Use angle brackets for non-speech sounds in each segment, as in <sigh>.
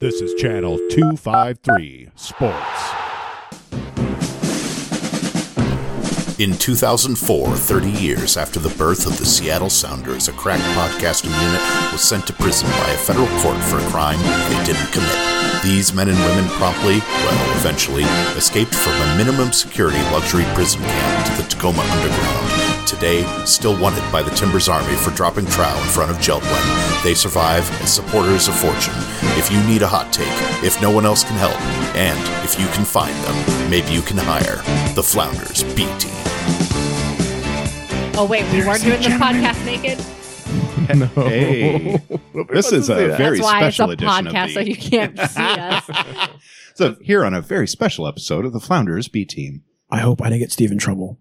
This is Channel 253 Sports. In 2004, 30 years after the birth of the Seattle Sounders, a crack podcasting unit was sent to prison by a federal court for a crime they didn't commit. These men and women promptly, well, eventually, escaped from a minimum security luxury prison camp to the Tacoma Underground. Today, still wanted by the Timbers Army for dropping trial in front of Jeltwin, they survive as supporters of fortune. If you need a hot take, if no one else can help, and if you can find them, maybe you can hire the Flounders B Team. Oh wait, we weren't doing this podcast naked. Hey, this is a very That's why it's a special edition podcast, of so the. you <laughs> can't see us. so here on a very special episode of the Flounders B Team. I hope I didn't get Steve in trouble.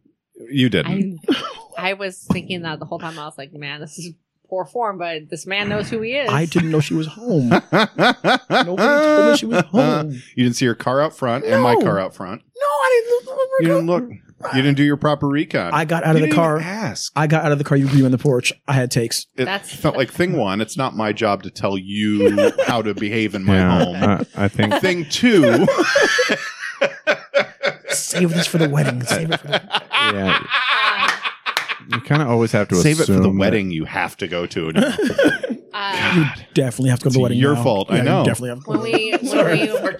You didn't. <laughs> I, I was thinking that the whole time. I was like, man, this is poor form, but this man knows who he is. I didn't know she was home. Nobody Nobody told me <laughs> she was home. You didn't see her car out front and my No. car out front. No, Oh, I didn't look. You didn't look. You didn't do your proper recon. I got out You of the didn't car. even ask. I got out of the car. You were on the porch. I had takes. It That's- felt <laughs> like thing one. It's not my job to tell you how to behave in <laughs> my home. I, I think thing two. Save this for the wedding. Save it for the <laughs> yeah, you kind of always have to Save it for the assume that- wedding you have to go to. now. Uh, You <laughs> definitely have to go to It's the wedding. your now. fault, I Yeah, you know. definitely have to go when to the wedding. <laughs>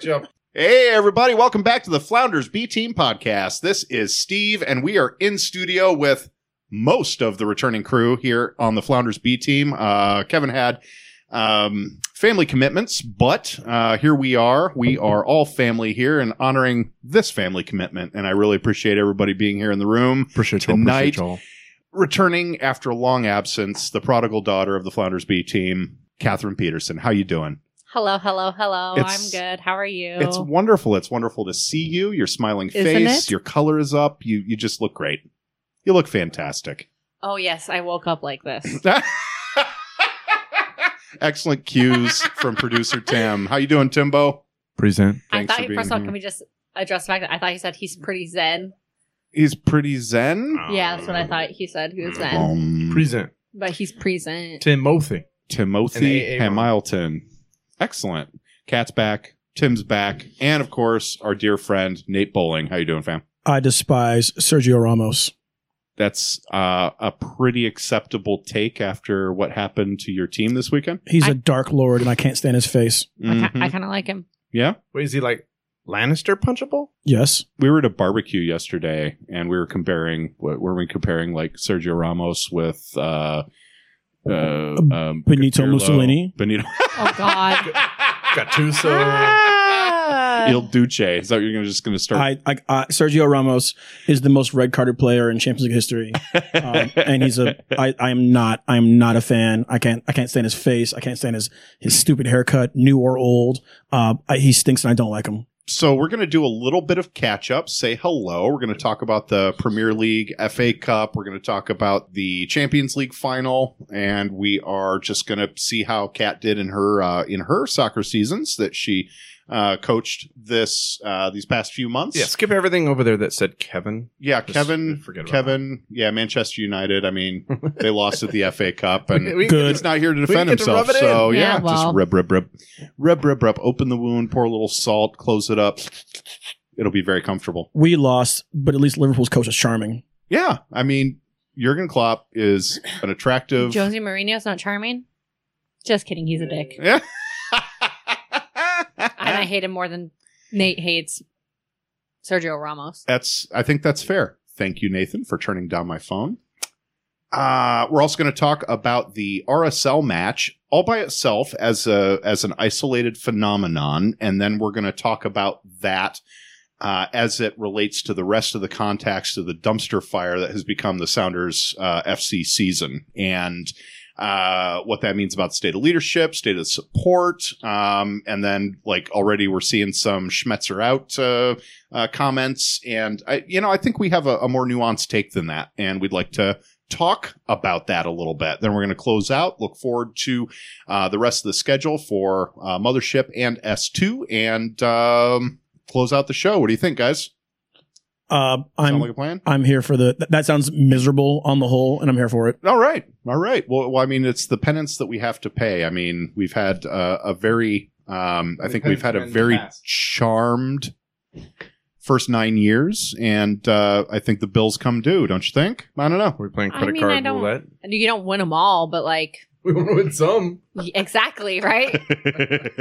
we when we Hey, everybody. Welcome back to the Flounders B Team podcast. This is Steve, and we are in studio with most of the returning crew here on the Flounders B Team. Uh, Kevin had um, family commitments, but uh, here we are. We are all family here and honoring this family commitment. And I really appreciate everybody being here in the room. Appreciate y'all, Tonight- appreciate y'all. Returning after a long absence, the prodigal daughter of the Flounders B Team, Catherine Peterson. How you doing? hello, hello, hello. It's- I'm good. How are you? It's wonderful. It's wonderful to see you. Your smiling Isn't face, it? your color is up. You you just look great. You look fantastic. <laughs> oh yes, I woke up like this. Excellent cues from producer Tim. How you doing, Timbo? Present. I Thanks thought for first being of all, here. can we just address the fact that I thought he said he's pretty zen. He's pretty zen. Yeah, that's what I thought he said. He was zen, Um, Mm. Present. but he's present. Timothy. Timothy And A- A- Hamilton. Excellent. Cat's back. Tim's back, and of course, our dear friend Nate Bowling. How you doing, fam? I despise Sergio Ramos. That's uh, a pretty acceptable take after what happened to your team this weekend. He's a I- dark lord, and I can't stand his face. I, Mhm. ki- I kind of like him. yeah. Wait, is he like Lannister punchable? Yes, we were at a barbecue yesterday and we were comparing what were we comparing like Sergio Ramos with uh uh um, Benito Pirlo. Mussolini. Benito <laughs> Oh <laughs> God. Ah! Gattuso. Il Duce. Is that what you're gonna just gonna start I, I, I. Sergio Ramos is the most red carded player in Champions League history, <laughs> um, and he's a. I, I am not. I am not a fan. I can't. I can't stand his face. I can't stand his his stupid haircut, new or old. Uh, I, he stinks, and I don't like him. So we're gonna do a little bit of catch up, say hello. We're gonna talk about the Premier League FA Cup, we're gonna talk about the Champions League final, and we are just gonna see how Kat did in her uh in her soccer seasons that she uh coached this uh these past few months. Yeah, skip everything over there that said Kevin. Yeah, Just Kevin. forget about Kevin. Yeah, Manchester United. I mean, they lost at the FA Cup, and We- Good. he's not here to defend get to himself. rub it in. so yeah, Yeah, just well. rub, rub, rub, rub, rub, rub. Open the wound, pour a little salt, close it up. It'll be very comfortable. We lost, but at least Liverpool's coach is charming. Yeah, I mean, Jurgen Klopp is an attractive. Josie Mourinho's not charming. Just kidding, he's a dick. Yeah. And I hate him more than Nate hates Sergio Ramos. that's I think that's fair. Thank you, Nathan, for turning down my phone. Uh, we're also going to talk about the RSL match all by itself as a as an isolated phenomenon, and then we're going to talk about that uh, as it relates to the rest of the context of the dumpster fire that has become the Sounders uh, FC season and uh, what that means about the state of leadership, state of support, um, and then like already we're seeing some Schmetzer out uh, uh, comments, and I, you know I think we have a, a more nuanced take than that, and we'd like to talk about that a little bit. Then we're going to close out. Look forward to uh, the rest of the schedule for uh, Mothership and S two, and um, close out the show. What do you think, guys? Uh, Sound I'm like a plan? I'm here for the. th- That sounds miserable on the whole, and I'm here for it. All right. All right. Well, well, I mean, it's the penance that we have to pay. I mean, we've had uh, a very Um, I We've think had we've had a them in the very past. charmed first nine years, and uh, I think the bills come due, don't you think? I <laughs> don't know. We're playing I credit mean, I card don't- roulette. And you don't win them all, but like <laughs> We want to win some. exactly <laughs> right.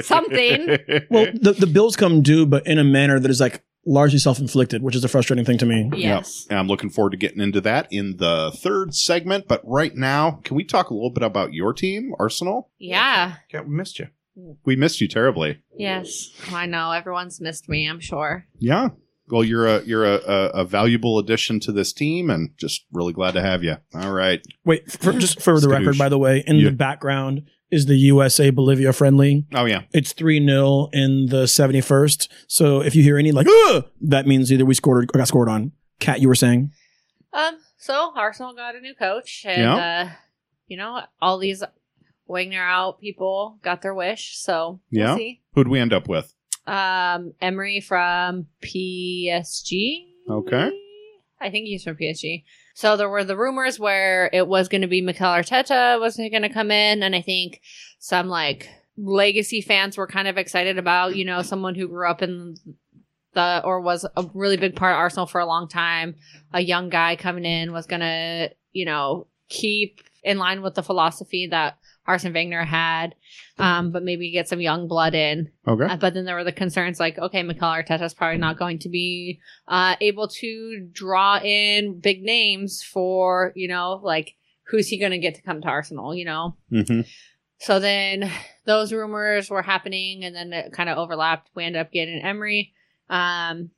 Something. Well, the, the bills come due, but in a manner that is like largely self inflicted, which is a frustrating thing to me. Yes. And I'm looking forward to getting into that in the third segment. But right now, can we talk a little bit about your team, Arsenal? Yeah. Yeah, we missed you. We missed you terribly. Yes. Well, I know everyone's missed me. I'm sure. Yeah. Well, you're a you're a, a, a valuable addition to this team, and just really glad to have you. All right. Wait, for, just for the Skadoosh. record, by the way, in Yeah. the background is the USA Bolivia friendly. Oh yeah. It's 3 0 in the 71st. So if you hear any like, Ugh! that means either we scored or got scored on. Kat, you were saying? Um. So Arsenal got a new coach, and uh, you know all these Wagner out people got their wish. So we'll Yeah. see. Who'd we end up with? Um, Emery from PSG. Okay. I think he's from PSG. So there were the rumors where it was going to be Mikel Arteta was going to come in, and I think some like legacy fans were kind of excited about you know someone who grew up in the or was a really big part of Arsenal for a long time. A young guy coming in was going to you know keep in line with the philosophy that Arsene Wenger had, um, but maybe get some young blood in. Okay. Uh, but then there were the concerns like, okay, Mikel Arteta's probably not going to be uh, able to draw in big names for, you know, like, who's he going to get to come to Arsenal, you know? Mm-hmm. So then those rumors were happening and then it kind of overlapped. We ended up getting Emery. Um,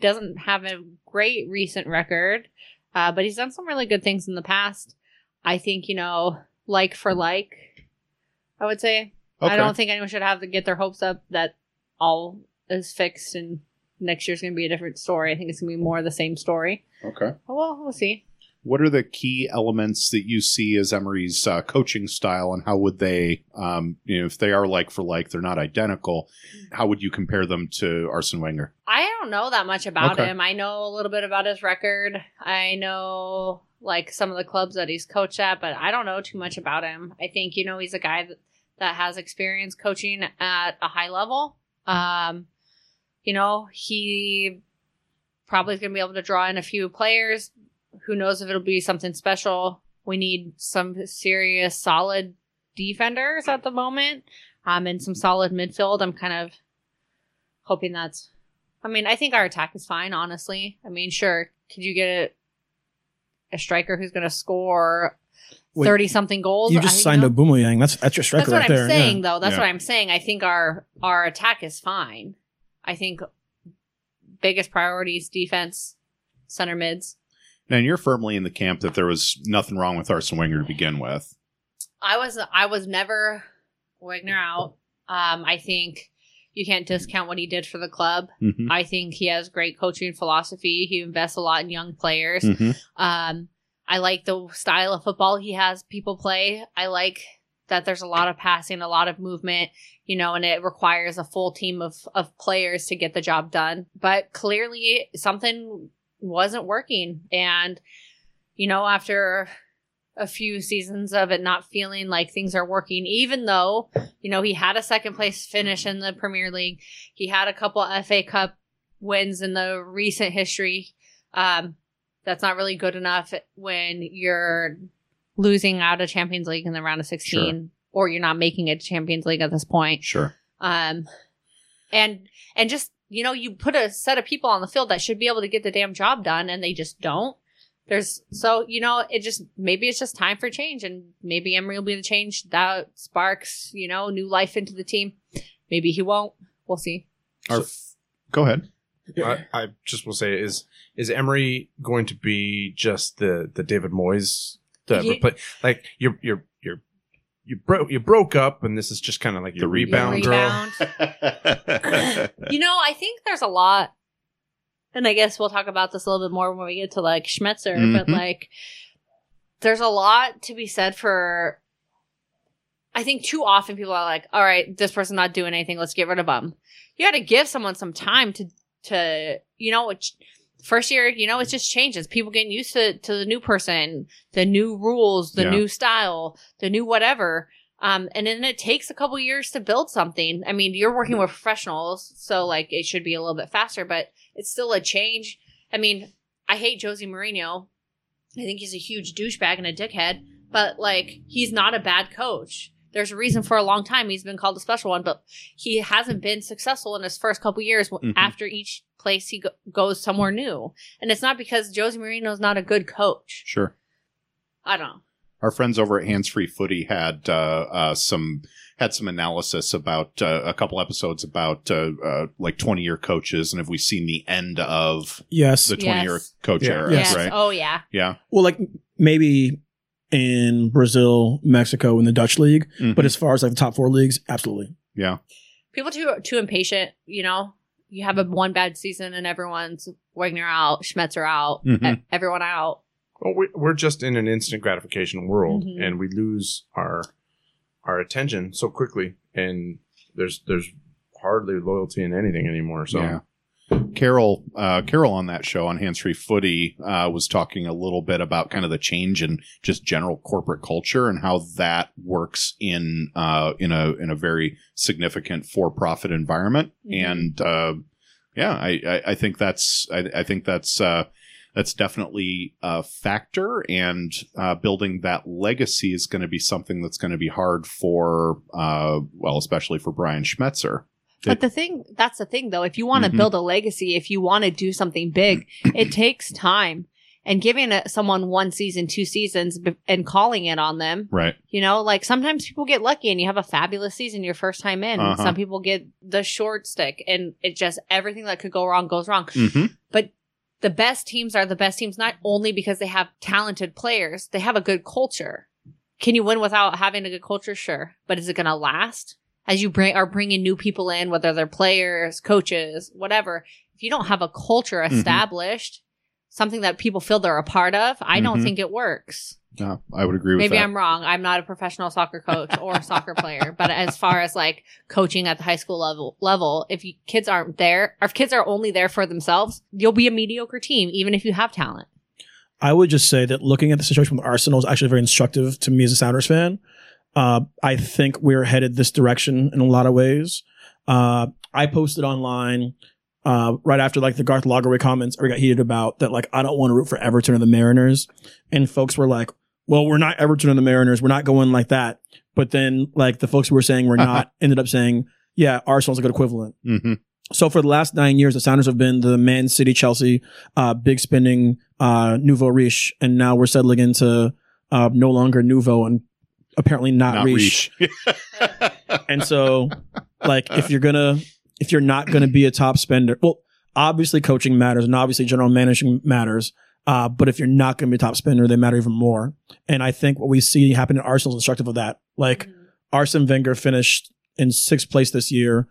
doesn't have a great recent record, uh, but he's done some really good things in the past. I think, you know, like for like, I would say. Okay. I don't think anyone should have to get their hopes up that all is fixed and next year's going to be a different story. I think it's going to be more of the same story. okay. Oh, Well, we'll see. What are the key elements that you see as Emery's uh, coaching style, and how would they, um, you know, if they are like for like, they're not identical. How would you compare them to Arsene Wenger? I don't know that much about Okay. him. I know a little bit about his record. I know like some of the clubs that he's coached at, but I don't know too much about him. I think you know he's a guy that, that has experience coaching at a high level. Um, you know he probably is going to be able to draw in a few players. Who knows if it'll be something special? We need some serious, solid defenders at the moment, um, and some solid midfield. I'm kind of hoping that's I mean, I think our attack is fine, honestly. I mean, sure, could you get a, a striker who's going to score Wait, thirty something goals? You just I- signed know- a Boomerang. That's, that's your striker That's what right I'm there. yeah. saying, though. That's Yeah. what I'm saying. I think our our attack is fine. I think biggest priorities defense, center mids. And you're firmly in the camp that there was nothing wrong with Arsene Wenger to begin with. I was I was never Wagner out. Um, I think you can't discount what he did for the club. Mm-hmm. I think he has great coaching philosophy. He invests a lot in young players. Mm-hmm. Um, I like the style of football he has people play. I like that there's a lot of passing, a lot of movement, you know, and it requires a full team of of players to get the job done. But clearly something wasn't working and you know, after a few seasons of it not feeling like things are working even though, you know, he had a second place finish in the Premier League. He had a couple FA Cup wins in the recent history. Um that's not really good enough when you're losing out of Champions League in the round of 16 or you're not making it to Champions League at this point. Sure. Um and and just you know you put a set of people on the field that should be able to get the damn job done and they just don't. There's so you know it just maybe it's just time for change and maybe Emery will be the change that sparks, you know, new life into the team. Maybe he won't. We'll see. Our- Go <laughs> ahead. I, I just will say is is Emery going to be just the the David Moyes the Ye- repla- like you're you're you're you broke you broke up and this is just kind of like your The rebound, rebound. girl. you know, I think there's a lot, and I guess we'll talk about this a little bit more when we get to like Schmetzer, but Mhm. like, there's a lot to be said for. I think too often people are like, "All right, this person's not doing anything. Let's get rid of them." You got to give someone some time to to you know. It, first year, you know, it just changes. People getting used to to the new person, the new rules, the Yeah. new style, the new whatever. Um, and then it takes a couple years to build something. I mean, you're working with professionals, so like it should be a little bit faster, but it's still a change. I mean, I hate Josie Mourinho. I think he's a huge douchebag and a dickhead, but like he's not a bad coach. There's a reason for a long time he's been called a special one, but he hasn't been successful in his first couple years Mhm. after each place he go- goes somewhere new. And it's not because Josie Mourinho's not a good coach. Sure. I don't know. our friends over at Hands Free Footy had uh, uh, some had some analysis about uh, a couple episodes about uh, uh, like twenty year coaches and have we seen the end of Yes. the twenty year Yes. coach Yeah. era? Yes. Right? Oh yeah. Yeah. Well, like maybe in Brazil, Mexico, in the Dutch league, Mhm. but as far as like the top four leagues, absolutely. yeah, people too too impatient. You know, you have a one bad season and everyone's Wagner out, Schmetzer out, Mhm. e- everyone out. Well, we, we're just in an instant gratification world, Mhm. and we lose our our attention so quickly, and there's there's hardly loyalty in anything anymore. So Yeah. Carol uh, Carol on that show on Hands Free Footy uh, was talking a little bit about kind of the change in just general corporate culture and how that works in uh, in a in a very significant for profit environment. Mhm. And uh, yeah, I, I, I think that's I, I think that's uh, that's definitely a factor. And uh, building that legacy is going to be something that's going to be hard for uh, well, especially for Brian Schmetzer. But the thing that's the thing though, if you want to Mhm. build a legacy, if you want to do something big, it takes time. And giving a, someone one season, two seasons, b- and calling it on them, Right. you know, like sometimes people get lucky and you have a fabulous season your first time in. Uh-huh. Some people get the short stick, and it just everything that could go wrong goes wrong. Mm-hmm. the best teams are the best teams not only because they have talented players, they have a good culture. Can you win without having a good culture? Sure, but is it going to last? As you bring are bringing new people in, whether they're players, coaches, whatever. If you don't have a culture Mhm. established, something that people feel they're a part of, I don't Mhm. think it works. Yeah, I would agree with Maybe that. I'm wrong. I'm not a professional soccer coach <laughs> or soccer player, but as far as like coaching at the high school level, level, if you, kids aren't there, or if kids are only there for themselves, you'll be a mediocre team, even if you have talent. I would just say that looking at the situation with Arsenal is actually very instructive to me as a Sounders fan. Uh, I think we're headed this direction in a lot of ways. Uh, I posted online uh, right after like the Garth Lagerway comments we got heated about that like I don't want to root for Everton or the Mariners, and folks were like, "Well, we're not Everton or the Mariners. We're not going like that." But then like the folks who were saying we're not ended up saying, "Yeah, Arsenal's a good equivalent." Mm-hmm. So for the last nine years, the Sounders have been the Man City, Chelsea, uh, big spending uh, nouveau riche, and now we're settling into uh, no longer nouveau and apparently not, Not riche. reach. And so, like, if you're gonna, if you're not gonna be a top spender, well, obviously coaching matters, and obviously general managing matters. Uh, but if you're not gonna be a top spender, they matter even more. And I think what we see happen at Arsenal is instructive of that. Like, Arsene Wenger finished in sixth place this year,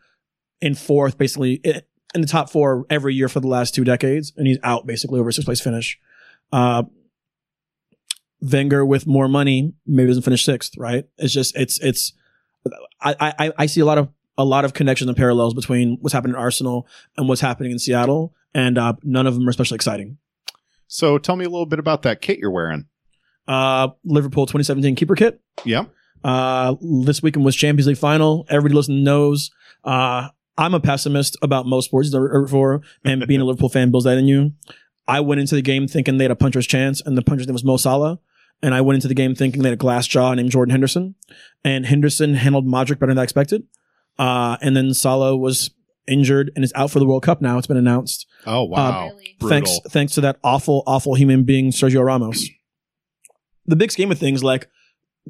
in fourth, basically i- in the top four every year for the last two decades, and he's out basically over a sixth place finish. Uh, Wenger with more money maybe doesn't finish sixth, right? It's just it's it's I I, I see a lot of a lot of connections and parallels between what's happening in Arsenal and what's happening in Seattle, and uh, none of them are especially exciting. so tell me a little bit about that kit you're wearing. Uh, Liverpool 2017 keeper kit. Yeah. Uh, this weekend was Champions League final. Everybody listening knows. Uh, I'm a pessimist about most sports that I root for, and being a Liverpool fan builds that in you. I went into the game thinking they had a puncher's chance, and the puncher's name was Mo Salah. And I went into the game thinking they had a glass jaw named Jordan Henderson, and Henderson handled Modric better than I expected. Uh, and then Salah was injured and is out for the World Cup now. It's been announced. Oh wow. Really? Brutal. Thanks, thanks to that awful, awful human being, Sergio Ramos. The big scheme of things, like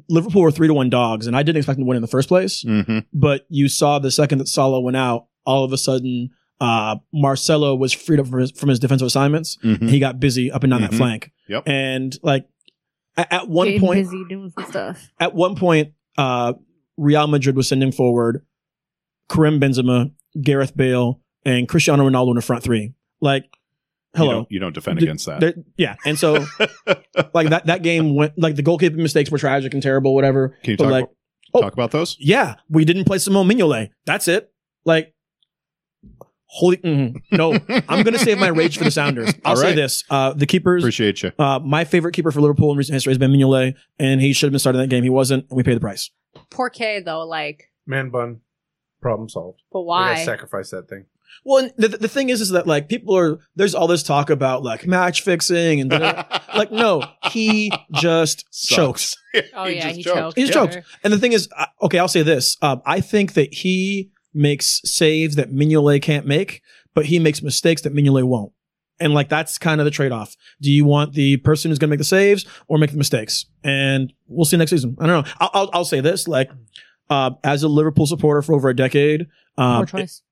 Liverpool were three to one dogs, and I didn't expect them to win in the first place. Mm-hmm. But you saw the second that Salah went out, all of a sudden, uh, Marcelo was freed up from his, from his defensive assignments. Mm-hmm. He got busy up and down Mhm. that flank. Yep. And like at, at one point, busy doing some stuff. at one point, uh, Real Madrid was sending forward Karim Benzema, Gareth Bale, and Cristiano Ronaldo in the front three. Like, You hello. don't, you don't defend D- against that. There- yeah, and so <laughs> like that that game went like the goalkeeping mistakes were tragic and terrible, whatever. Can you but talk, like, about, oh. talk about those? yeah, we didn't play Simone Mignolet. That's it. Like, holy mm, <laughs> no, I'm gonna save my rage for the Sounders. I'll All say right. this: uh, the keepers. Appreciate you. Uh, my favorite keeper for Liverpool in recent history has been Mignolet, and he should have been starting that game. He wasn't, and we paid the price. Poor K though, like, Man bun, problem solved. but I why? gotta sacrifice that thing. Well, and the, the thing is, is that like people are there's all this talk about like match fixing <laughs> and da- da- da. like no, he just Sucks. chokes. oh yeah, he jokes. choked. He for choked. sure. And the thing is, I- okay, I'll say this. Um, I think that he makes saves that Mignolet can't make, but he makes mistakes that Mignolet won't. And like that's kind of the trade off. Do you want the person who's going to make the saves or make the mistakes? And we'll see next season. I don't know. I'll, I'll, I'll say this: like, uh, as a Liverpool supporter for over a decade, Poor um, choice.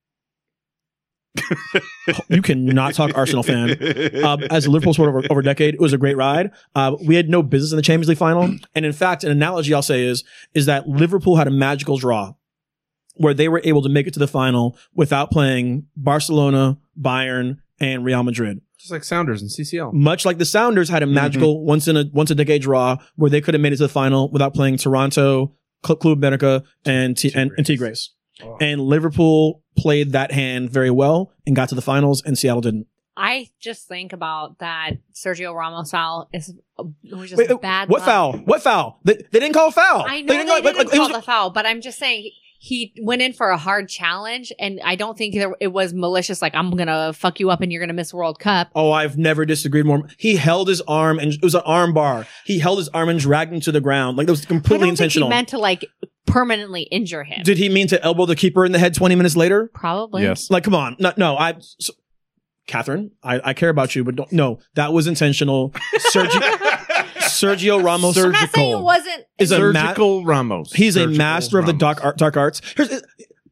you cannot talk <laughs> Arsenal fan. Um, as a Liverpool supporter over, over a decade, it was a great ride. Uh, we had no business in the Champions League final, and in fact, an analogy I'll say is is that Liverpool had a magical draw where they were able to make it to the final without playing Barcelona, Bayern, and Real Madrid. Just like Sounders and CCL. Much like the Sounders had a magical once in a once a decade draw where they could have made it to the final without playing Toronto, Cl- Club America, and T- and, and Tigres. Oh. <laughs> And Liverpool played that hand very well and got to the finals, and Seattle didn't. I just think about that Sergio Ramos foul is it was just Wait, uh, bad. what luck. foul? What foul? They, they didn't call a foul. I know they, call- didn't like- like, it call was- the foul, but I'm just saying he- he went in for a hard challenge, and I don't think there, it was malicious. Like I'm gonna fuck you up, and you're gonna miss World Cup. Oh, I've never disagreed more. He held his arm and it was an arm bar. He held his arm and dragged him to the ground. Like that was I completely don't think he intentional. meant to like permanently injure him. Did he mean to elbow the keeper in the head 20 minutes later? Probably. Yes. Like, come on. No, no, I, so, Catherine, I, I care about you, but don't, no, that was intentional. <laughs> Sergio, Sergio Ramos I'm not saying it wasn't. is a ma- Surgical Ramos. he's a Surgical master of the Ramos. dark, art, dark arts. Here's, uh,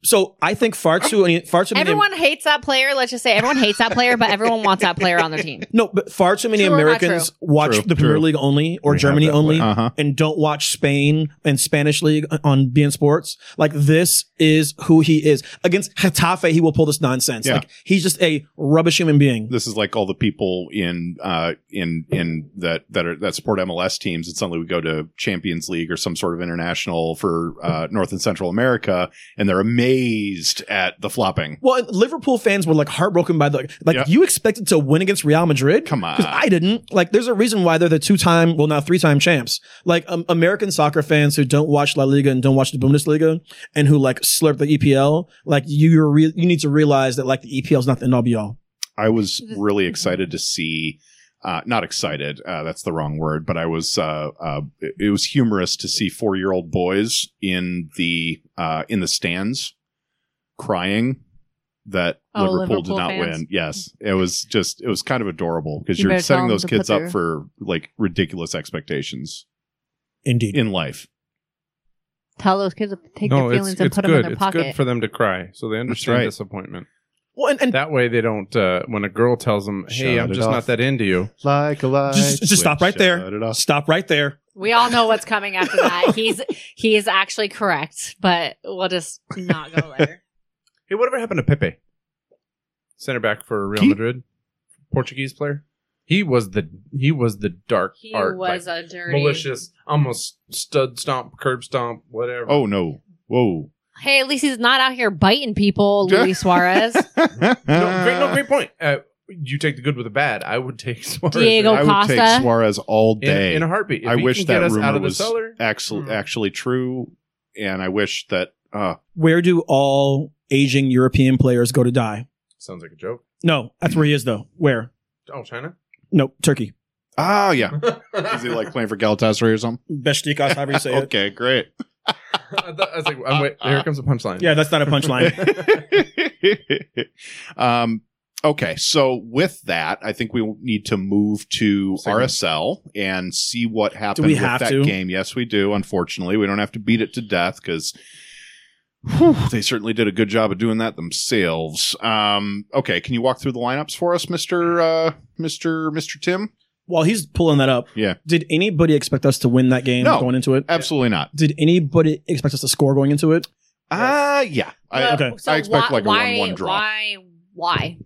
so I think Fartu, and far too many, Everyone hates that player. Let's just say everyone hates that player, but everyone wants that player on their team. no, but far too many True or not Americans watch True, the Premier true. League only or We have Germany that only. way. uh huh. and don't watch Spain and Spanish league on BN Sports. Like this is who he is against Hatafe. He will pull this nonsense. Yeah. Like he's just a rubbish human being. This is like all the people in uh in in that that are that support MLS teams, and suddenly we go to Champions League or some sort of international for uh, North and Central America, and they're amazed at the flopping. Well, and Liverpool fans were like heartbroken by the like Yeah. you expected to win against Real Madrid. Come on. 'Cause I didn't. Like, there's a reason why they're the two time, well, now three time champs. Like, um, American soccer fans who don't watch La Liga and don't watch the Bundesliga and who like slurp the EPL, like, you, re- you need to realize that like the EPL is not the end all be all. I was really excited to see. Uh, not excited. Uh, that's the wrong word. But I was. Uh, uh, it, it was humorous to see four-year-old boys in the uh, in the stands crying that Oh, Liverpool, did Liverpool not fans. Mm-hmm. win. Yes, it was just. It was kind of adorable because You you are better tell setting them those to kids put up their- for like ridiculous expectations Indeed. in life. <laughs> Tell those kids to take No, their it's, feelings and it's put good. them in their it's pocket. good for them to cry, so they understand right. disappointment. Well, and, and That way, they don't. Uh, when a girl tells them, "Hey, Shut I'm it just off. not that into you," Like a light. just, just stop right Shut there. it off. Stop right there. we all know what's coming after <laughs> that. He's he is actually correct, but we'll just not go there. hey, whatever happened to Pepe? Center back for Real He- Madrid, Portuguese player. He was the he was the dark He art, was like, a dirty. malicious, almost stud stomp, curb stomp, whatever. Oh no! Whoa! Hey, at least he's not out here biting <laughs> people, Luis Suarez. <laughs> no, great, no, great point. Uh, you take the good with the bad. I would take <laughs> Suarez Diego I would take Costa. Suarez all in, day. in a heartbeat. If I he wish can that get us rumor out of was the cellar. actually Hmm. actually true, and I wish that. Uh, Where do all aging European players go to die? Sounds like a joke. No, that's where he is though. Where? Oh, China. Nope, Turkey. oh yeah, is he like playing for Galatasaray or <laughs> something? Beşiktaş, however <laughs> you say it. Okay, great. <laughs> <laughs> I, thought, I was like, I'm wait, here comes a punchline. Yeah, that's not <laughs> a punchline. um, okay, so with that, I think we need to move to Segments. RSL and see what happened we with have that to? game. Yes, we do. Unfortunately, we don't have to beat it to death because they certainly did a good job of doing that themselves. Um, okay, can you walk through the lineups for us, Mister uh, Mister Mister Tim? While he's pulling that up, Yeah. Did anybody expect us to win that game No. going into it? Absolutely not. Did anybody expect us to score going into it? Uh yeah. I, Well, okay. I expect like a why, one-one draw. Why? Why?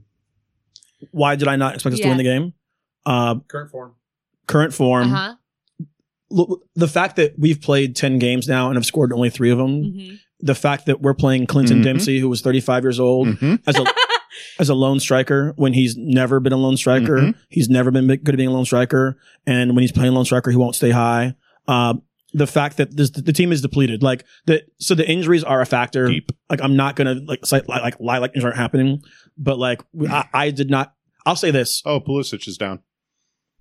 Why did I not expect us to win Yeah. the game? Uh, Current form. current form, uh-huh. Look, the fact that we've played ten games now and have scored only three of them, hmm the fact that we're playing Clinton Mhm. Dempsey, who was thirty-five years old, Mhm. as a as a lone striker when he's never been a lone striker. Mhm. He's never been good at being a lone striker, and when he's playing lone striker, he won't stay high. Uh, the fact that this, the team is depleted, like that. So the injuries are a factor. Deep. Like I'm not gonna like say, like, like lie like things aren't happening, but like we- I, I did not. I'll say this. Oh, Pulisic is down.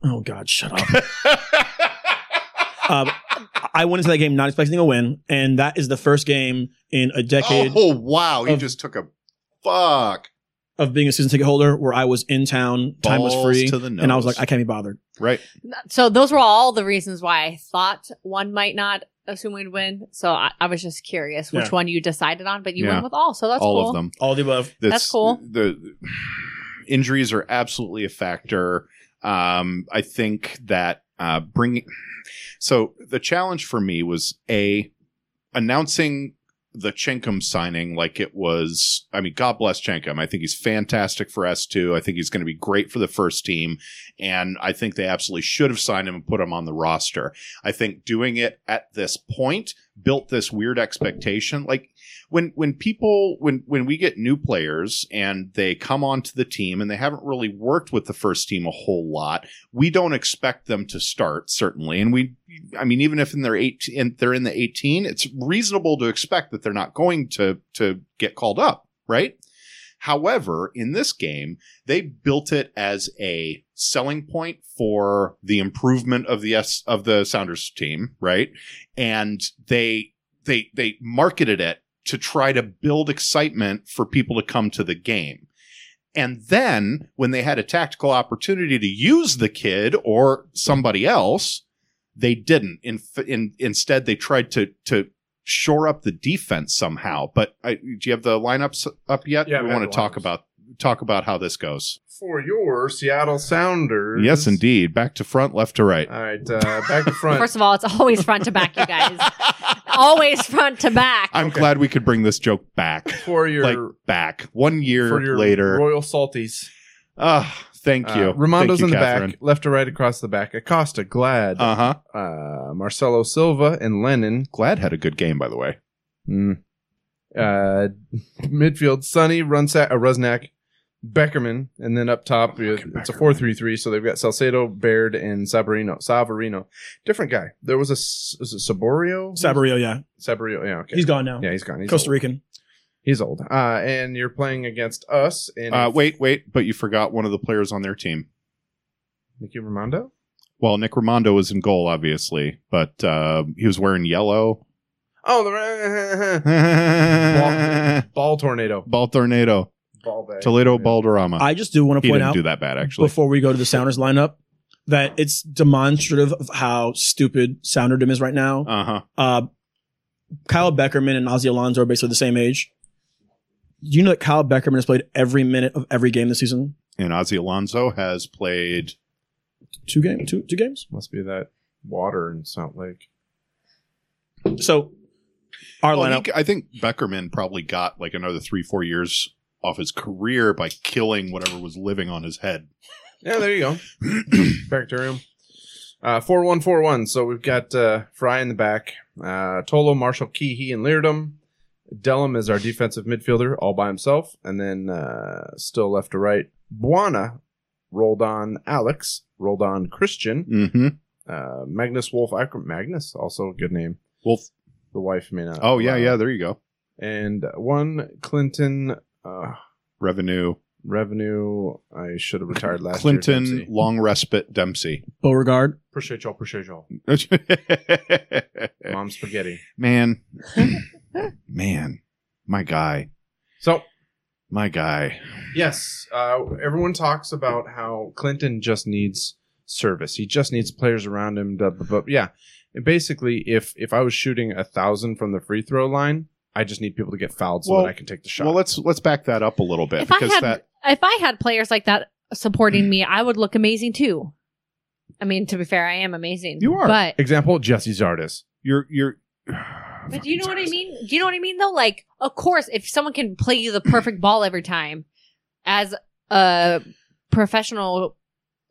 Oh God, shut up. <laughs> Um, I went into that game not expecting a win, and that is the first game in a decade oh wow, he of- just took a fuck. of being a season ticket holder where I was in town, time was Oh. Balls free, to the nose. and I was like, I can't be bothered. right. So those were all the reasons why I thought one might not assume we'd win. So I, I was just curious which Yeah. one you decided on, but you Yeah. went with all. So that's all cool. of them. All the above. That's, cool. The injuries are absolutely a factor. Um, I think that uh, bringing so the challenge for me was a announcing the Chinkum signing like it was. I mean, God bless Chinkum. I think he's fantastic for S two. I think he's going to be great for the first team, and I think they absolutely should have signed him and put him on the roster. I think doing it at this point built this weird expectation. Like when when people when when we get new players and they come onto the team and they haven't really worked with the first team a whole lot, we don't expect them to start certainly. And we, I mean, even if in their eight and they're in the eighteen, it's reasonable to expect that they're not going to to get called up, right? However, in this game, they built it as a selling point for the improvement of the S, of the Sounders team, right? And they they they marketed it to try to build excitement for people to come to the game. And then when they had a tactical opportunity to use the kid or somebody else, they didn't. In, in instead, they tried to to shore up the defense somehow. But I, do you have the lineups up yet? Yeah, we we have want the to talk lineups. about talk about how this goes. For your Seattle Sounders. Yes, indeed. Back to front, left to right. All right, uh, back to <laughs> front. First of all, it's always front to back, you <laughs> guys. always front to back. I'm glad we could bring this joke back, for your like back one for year your later. Royal Salties. Ah, thank you. Uh, Ramondo's Thank you, in the Catherine. back, left to right across the back. Acosta, Glad, uh, Uh huh. Marcelo Silva, and Lennon. Glad had a good game, by the way. Hmm. Mm. Uh, <laughs> midfield, Sonny, Runsack, uh, Rusnak, Beckerman, and then up top, uh, it's a Beckerman. 4 3 3. So they've got Salcedo, Baird, and Sabarino. Savarino. Different guy. There was a, S- is it Saborio? Sabarillo, yeah, Saborio, yeah, okay. he's gone now. Yeah, he's gone. He's Costa old. Rican. He's old. Uh, and you're playing against us. And Uh, wait, wait, but you forgot one of the players on their team. Nicky Ramondo? Well, Nick Ramondo was in goal, obviously, but uh, he was wearing <laughs> yellow. Oh, <laughs> the <laughs> ball, ball tornado. tornado, Ball bag. Toledo Balderrama. I just do want he to point didn't out do that bad, actually. before we go to the Sounders lineup that it's demonstrative of how stupid Sounderdom is right now. Uh huh. Uh, Kyle Beckerman and Ozzy Alonso are basically the same age. You know that Kyle Beckerman has played every minute of every game this season. And Ozzy Alonso has played. Two game, two two games. Must be that water in Salt Lake. So our Well, lineup. he- I think Beckerman probably got like another three, four years off his career by killing whatever was living on his head. Yeah, there you <clears throat> go. Bacterium. Uh, 4141. So we've got uh, Fry in the back, uh, Tolo, Marshall, Keehee, and Leardom. Dellum is our defensive midfielder all by himself. And then uh, still left to right, Buana, rolled on Alex, rolled on Christian, mm-hmm. uh, Magnus Wolf. Ackerman. Magnus, also a good name. Wolf. The wife may not. Oh yeah, allow. yeah. There you go. And one Clinton. Uh, Revenue. revenue. I should have retired last Clinton year. Dempsey. long respite Dempsey. <laughs> Beauregard. Appreciate y'all. Appreciate y'all. Mom spaghetti. <laughs> man, man, my guy, So my guy. yes, uh, everyone talks about how Clinton just needs service. He just needs players around him. But, but yeah, and basically, if if I was shooting a thousand from the free throw line, I just need people to get fouled so Well- that I can take the shot. Well, let's let's back that up a little bit if I because had that Mm. if I had players like that supporting me, I would look amazing too. I mean, to be fair, I am amazing. You are. but Example: Jesse Zardes. you're you're. <sighs> But do you know what I mean? Do you know what I mean though? Like, of course, if someone can play you the perfect ball every time, as a professional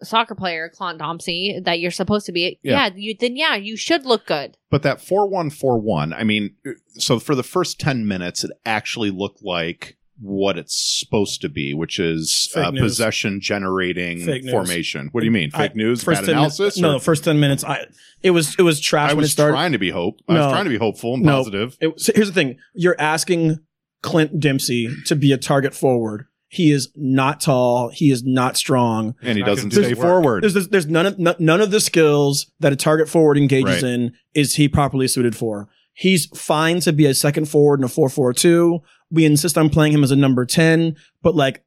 soccer player, Clont Dompsey, that you're supposed to be, Yeah. yeah. you then yeah, you should look good. But that four one four one. I mean, so for the first ten minutes, it actually looked like what it's supposed to be, which is Fake uh, news. possession generating Fake news. formation. What do you mean? Fake I- news? Bad 10 analysis? Minutes, no, or- the first ten minutes. I it was it was trash I when it was started. trying to be hope. I was No. trying to be hopeful and No. positive. It- so here's the thing: you're asking Clint Dempsey to be a target forward. He is not tall. He is not strong. And he not gonna doesn't do stay the work. forward. There's there's, there's none of n- none of the skills that a target forward engages Right. in is he properly suited for. He's fine to be a second forward in a four four two. We insist on playing him as a number ten, but like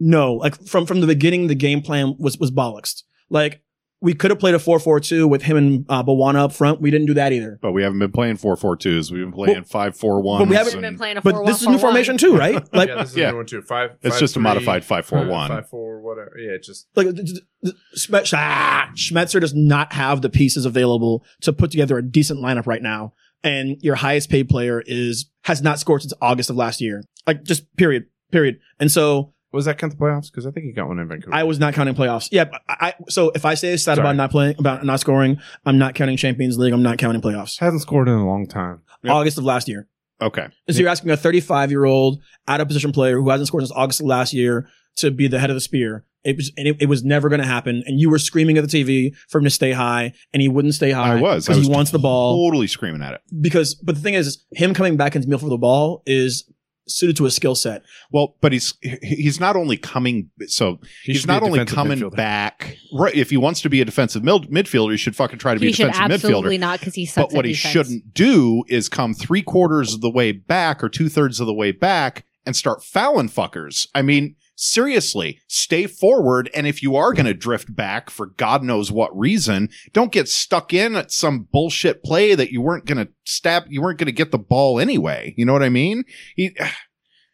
no, like from from the beginning, the game plan was was bollocks. Like we could have played a four four two with him and uh, Bawana up front. We didn't do that either. But we haven't been playing 4 4 2s. We've been playing Well, 5 4 1s. but we haven't We've been playing a But four, this is new formation too, right? <laughs> Like yeah, this is yeah. a new one too. Five. It's five, just three, a modified 5 4 uh, 1. Five four whatever. Yeah, it's just like d- d- d- Schme- ah, Schmetzer does not have the pieces available to put together a decent lineup right now. And your highest paid player is has not scored since August of last year. Like just period, period. And so was that count the playoffs? Because I think he got one in Vancouver. I was not counting playoffs. Yeah, I, I so if I say a stat Sorry. about not playing, about not scoring, I'm not counting Champions League. I'm not counting playoffs. hasn't scored in a long time. Yep. August of last year. Okay. And so you're asking a 35 year old out of position player who hasn't scored since August of last year to be the head of the spear. It was, and it, it was never going to happen. And you were screaming at the TV for him to stay high, and he wouldn't stay high. I was. I because was he wants the ball. Totally screaming at it. Because, but the thing is, is him coming back into meal for the ball is suited to his skill set. Well, but he's he- he's not only coming so He he's should be not a only defensive coming midfielder. back right if he wants to be a defensive mil- midfielder he should fucking try to be He a should defensive midfielder absolutely not because he sucks but what at he defense. shouldn't do is come three quarters of the way back or two thirds of the way back and start fouling fuckers i mean seriously stay forward and if you are going to drift back for god knows what reason don't get stuck in at some bullshit play that you weren't going to stab you weren't going to get the ball anyway you know what i mean he,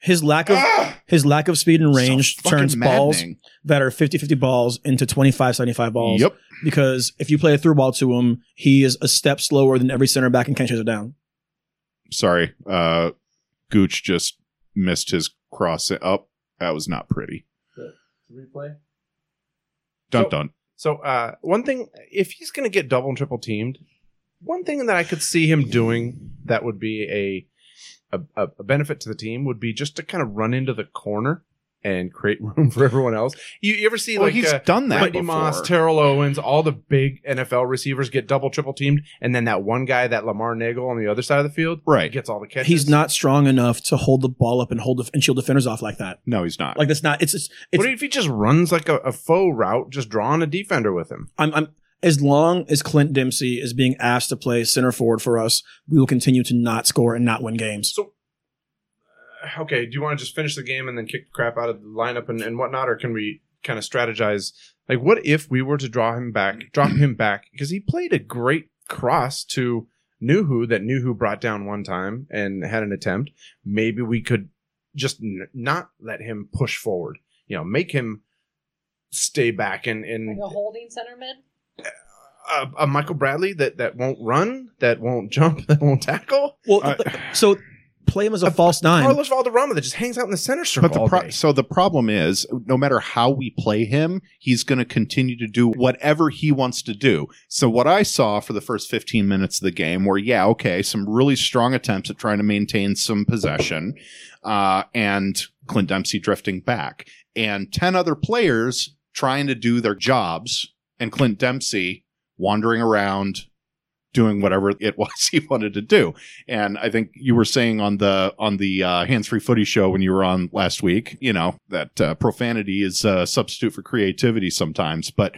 His lack of Ah, his lack of speed and range Ah! So fucking turns balls maddening. that are 50-50 balls into 25-75 balls. yep Because if you play a through ball to him, he is a step slower than every center back and can't chase it down. sorry uh gooch just missed his cross up that was not pretty Replay. dun So- dun So uh, one thing, if he's going to get double and triple teamed, one thing that I could see him doing that would be a a, a- a benefit to the team would be just to kind of run into the corner and create <laughs> room for everyone else. You, you ever see well like he's uh, done that Randy before. Moss, Terrell Owens, all the big NFL receivers get double triple teamed, and then that one guy, that Lamar Nagel on the other side of the field, Right. gets all the catches. he's not strong enough to hold the ball up and hold the, and shield defenders off like that. No, he's not. Like that's not. It's it's. it's what if he just runs like a, a faux route, just drawing a defender with him? I'm, I'm as long as Clint Dempsey is being asked to play center forward for us, we will continue to not score and not win games. So, uh, okay, do you want to just finish the game and then kick the crap out of the lineup and, and whatnot, or can we kind of strategize? Like, what if we were to draw him back, drop him back, because he played a great cross to Nuhu that Nuhu brought down one time and had an attempt. Maybe we could just n- not let him push forward. You know, make him stay back and and Like a holding center mid. a, a Michael Bradley that that won't run, that won't <laughs> jump, that won't tackle. Well, I- <laughs> so play him as a Uh, false nine. Carlos Valderrama that just hangs out in the center circle. but the all pro- day. so the problem is, no matter how we play him, he's going to continue to do whatever he wants to do. So what I saw for the first 15 minutes of the game were, yeah, okay, some really strong attempts at trying to maintain some possession, uh, and Clint Dempsey drifting back, and 10 other players trying to do their jobs, and Clint Dempsey wandering around. Doing whatever <laughs> it was he wanted to do, and I think you were saying on the on the uh, hands free footy show when you were on last week, you know that uh, profanity is a substitute for creativity sometimes. But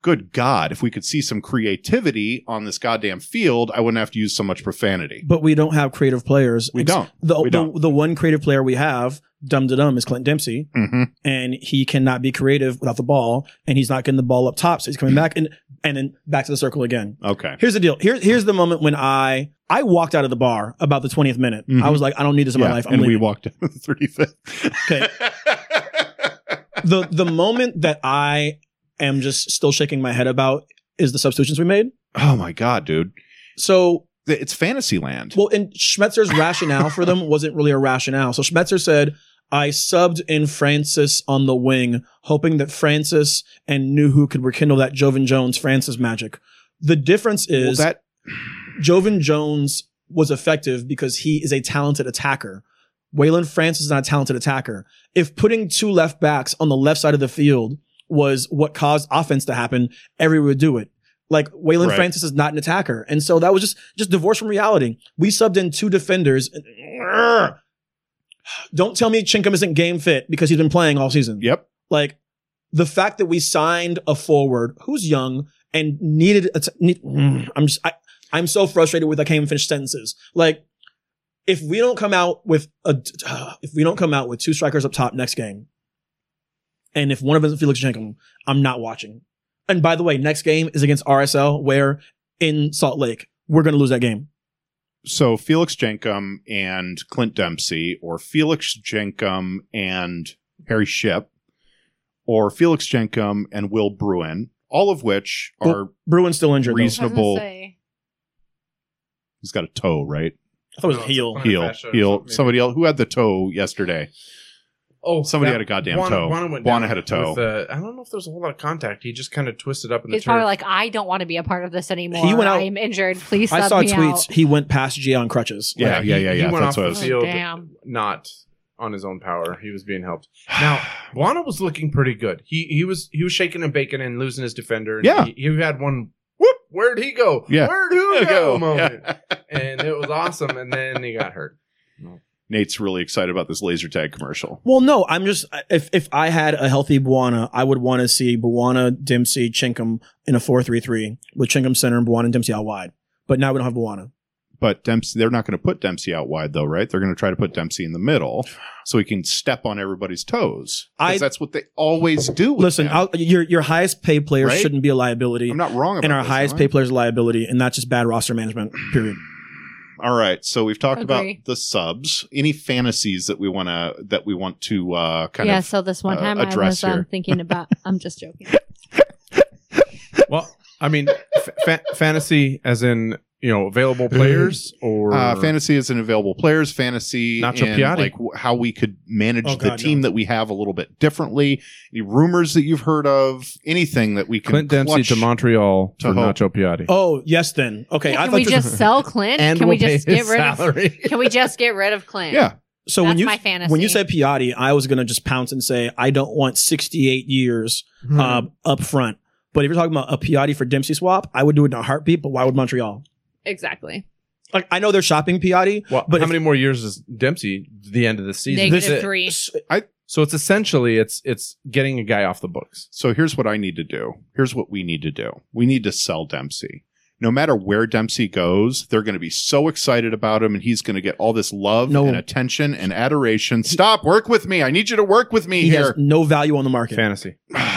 good God, if we could see some creativity on this goddamn field, I wouldn't have to use so much profanity. but we don't have creative players. We Ex- don't. The, We the, don't. the one creative player we have, dum to dum, is Clint Dempsey, Mm-hmm. and he cannot be creative without the ball, and he's not getting the ball up top, so he's coming back and and then back to the circle again. Okay. Here's the deal. Here's here's the moment when I I walked out of the bar about the twentieth minute. Mhm. I was like, I don't need this in my life. I'm and we leaving. walked down <laughs> the thirty fifth. Okay. the the moment that I am just still shaking my head about is the substitutions we made. <laughs> oh my God, dude, So Th- it's Fantasyland. well, and Schmetzer's rationale for them wasn't really a rationale. So Schmetzer said, I subbed in Francis on the wing, hoping that Francis and Nuhu could rekindle that Jovan Jones Francis magic. The difference Well, is that Jovan Jones was effective because he is a talented attacker. Waylon Francis is not a talented attacker. If putting two left backs on the left side of the field was what caused offense to happen, everyone would do it. Like Waylon Right. Francis is not an attacker, and so that was just just divorced from reality. We subbed in two defenders. <sighs> Don't tell me Chinkum isn't game fit because he's been playing all season. Yep. Like the fact that we signed a forward who's young and needed. A t- need, Mm, I'm just I, I'm so frustrated with I can't even finish sentences. Like if we don't come out with a <sighs> if we don't come out with two strikers up top next game, and if one of them is Felix Jenkum, I'm not watching. And by the way, next game is against RSL, where in Salt Lake we're going to lose that game. so Felix Jenkum and Clint Dempsey, or Felix Jenkum and Harry Ship, or Felix Jenkum and Will Bruin, all of which Well- are Bruin's still injured. though. Reason- I was Reasonable. gonna say, he's got a toe, right? I thought it was No, a heel. it's a- Heel, fascia or heel. something, maybe. Somebody else who had the toe <laughs> yesterday. Oh, Somebody that- had a goddamn Juana- toe. Juana, went Juana down had a toe. with, uh, I don't know if there's a whole lot of contact. He just kind of twisted up in the He's turf. probably like, I don't want to be a part of this anymore. He went out- I am injured. Please sub I saw me tweets. out. He went past G on crutches. Yeah, yeah, he- yeah, he yeah. went That's off what I the was. field. Oh, damn. not on his own power. He was being <sighs> helped. Now, Buono was looking pretty good. He he was he was shaking and baking and losing his defender. And Yeah. he, he had one. Whoop! Where'd he go? <laughs> Yeah. Where'd who go? Go. Moment, <laughs> and it was awesome. And then he got hurt. Nate's really excited about this laser tag commercial. Well, no, I'm just if if I had a healthy Buana, I would want to see Buana, Dempsey, Chinkum in a four three three with Chinkum center and Buana and Dempsey out wide. But now we don't have Buana. But Dempsey, they're not going to put Dempsey out wide though, right? They're going to try to put Dempsey in the middle so he can step on everybody's toes. I- Because that's what they always do. with Listen, him. I'll, your your highest paid player Right? shouldn't be a liability, I'm not wrong. About and our this, highest am I? paid players a liability, and that's just bad roster management. Period. <laughs> All right, so we've talked Agree. about the subs. Any fantasies that we want to that we want to uh, kind yeah, of so this one uh, time I address was um, here. thinking about. I'm just joking. Well, I mean, f- fa- fantasy as in you know available players or uh, fantasy is in available players fantasy Nacho and Piatti. like w- how we could manage Oh, the God, team that we have a little bit differently. Any rumors that you've heard of? Anything that we can Clint Dempsey clutch. to Montreal to for hope. Nacho Piatti. Oh yes, then okay. Can I thought we you- just sell Clint? and can we'll we just pay get his rid of? salary. <laughs> Can we just get rid of Clint? Yeah, <laughs> so That's when you my fantasy. when you said Piatti, I was gonna just pounce and say I don't want 68 years Hmm. Um, uh, up front. But if you're talking about a Piatti for Dempsey swap, I would do it in a heartbeat. But why would Montreal? exactly Like I know they're shopping Piatti. well, but how if- many more years is Dempsey? The end of the season. Negative That's it. three. So it's essentially it's it's getting a guy off the books. So here's what I need to do. Here's what we need to do. We need to sell Dempsey. No matter where Dempsey goes, they're going to be so excited about him and he's going to get all this love No. and attention and adoration. Stop, work with me. I need you to work with me He has here. no value on the market. Fantasy. <sighs>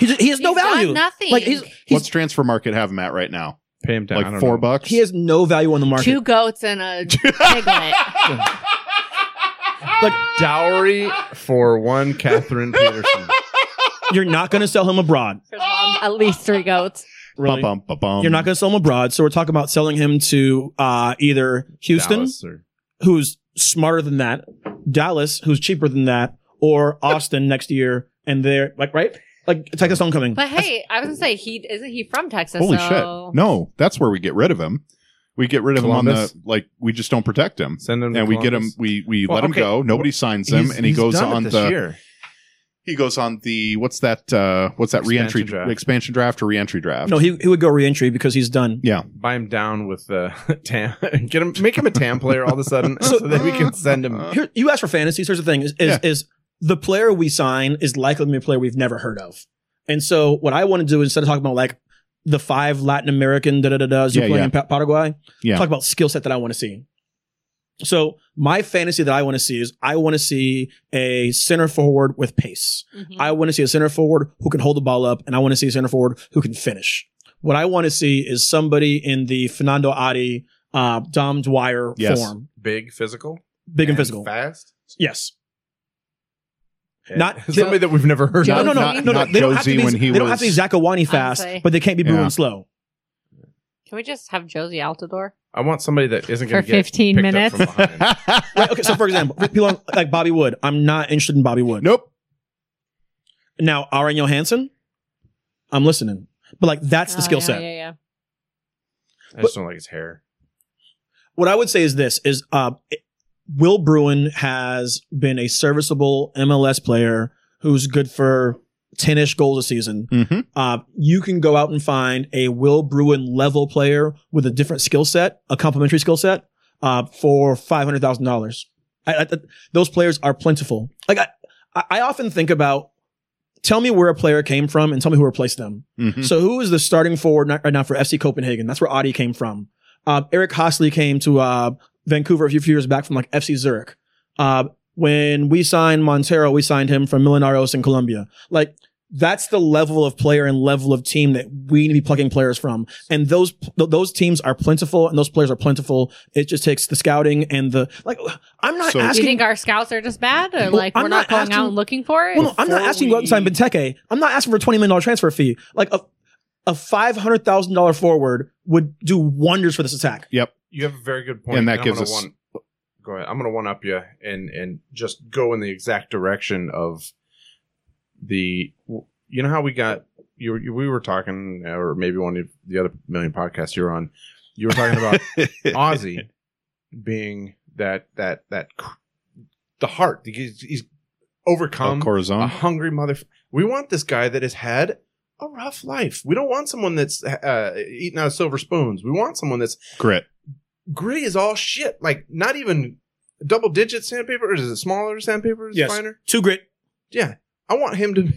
He, just, he has no He's done value. Nothing. Like he's, What's he's transfer market have him at right now? Pay him down. I Like don't four know. bucks? <laughs> he has no value on the market. two goats and <laughs> a piglet. like Dowry for one Catherine Peterson. you're not going to sell him abroad. First of all, at least three goats. Really. Bum, bum, bum. You're not going to sell him abroad. So we're talking about selling him to uh, either Houston, Dallas or- who's smarter than that, Dallas, who's cheaper than that, or Austin <laughs> next year. And they're like, right? Like Texas homecoming. But hey, I was gonna say he isn't he from Texas? Holy so shit. No, that's where we get rid of him. We get rid of him on Columbus? the, like, we just don't protect him. Send him. to And we get him, Columbus. we, we Well, let him okay. go. Nobody signs him. He's- and he he's goes done it on this the, year. he goes on the what's that uh what's that Expansion reentry draft. expansion draft or reentry draft No, he, he would go reentry because he's done. Buy him down with uh, <laughs> Tam. Get him. Make him a Tam player all of a sudden, so, that we can send him. <laughs> Here, you asked for fantasies. Here's the thing: is is, Yeah. is the player we sign is likely to be a player we've never heard of. And so, what I want to do instead of talking about like the five Latin American da da da da's you Yeah, play yeah. in Pa- Paraguay, Yeah. talk about skill set that I want to see. So my fantasy that I want to see is I want to see a center forward with pace. Mhm. I want to see a center forward who can hold the ball up, and I want to see a center forward who can finish. What I want to see is somebody in the Fernando Adi, uh, Dom Dwyer Yes. form, Big physical. big and physical. Fast. Yes. Yeah. Not- somebody that we've never heard Joe- No, of. no, no, Not- no, no. not they don't have to Josie be, when he they don't have to be was- Zakawani fast, Honestly. but they can't be Yeah. brewing slow. Can we just have Josie Altador? I want somebody that isn't For going to get 15 picked up from minutes. behind. Right? Okay. So for example, people like Bobby Wood. I'm not interested in Bobby <laughs> Wood. nope Now Aaron Johansson, I'm listening. But like that's the Oh, skill yeah, set. Yeah, yeah. <laughs> I just don't like his hair. What I would say is this: is uh, Will Bruin has been a serviceable MLS player who's good for 10 ish goals a season. Mm-hmm. Uh, you can go out and find a Will Bruin level player with a different skill set, a complementary skill set, uh, for five hundred thousand dollars. Those players are plentiful. Like I, I- I often think about, tell me where a player came from and tell me who replaced them. Mm-hmm. So who is the starting forward not- right now for FC Copenhagen? That's where Adi came from. Uh, Eric Hosley came to uh, Vancouver a few few years back from like FC Zurich. Uh, when we signed Montero, we signed him from Millonarios in Colombia. Like that's the level of player and level of team that we need to be plucking players from. And those th- those teams are plentiful and those players are plentiful. It just takes the scouting and the like. I'm not So- You Do you asking. think our scouts are just bad, or Well, like I'm we're not, not going out asking- and looking for it? Well, no, I'm not Before asking you to sign we- Benteke. I'm not asking for a twenty million dollar transfer fee. Like a a five hundred thousand dollar forward would do wonders for this attack. you have a very good point, And that I'm gives gonna us- One, go ahead. I'm going to one up you and and just go in the exact direction of the. You know how we got you? were- you we were talking, or maybe one of the other million podcasts you're on. You were talking <laughs> about Mm-hmm. <laughs> Ozzy being that that that cr- the heart. He's, he's overcome a Corazon. Ah. hungry mother. We want this guy that has had a rough life. We don't want someone that's uh, eating out of silver spoons. We want someone that's Grit. gritty is all shit. Like not even double digit sandpaper. Or is it smaller sandpaper? Is it Yes. finer? Two grit. Yeah. I want him to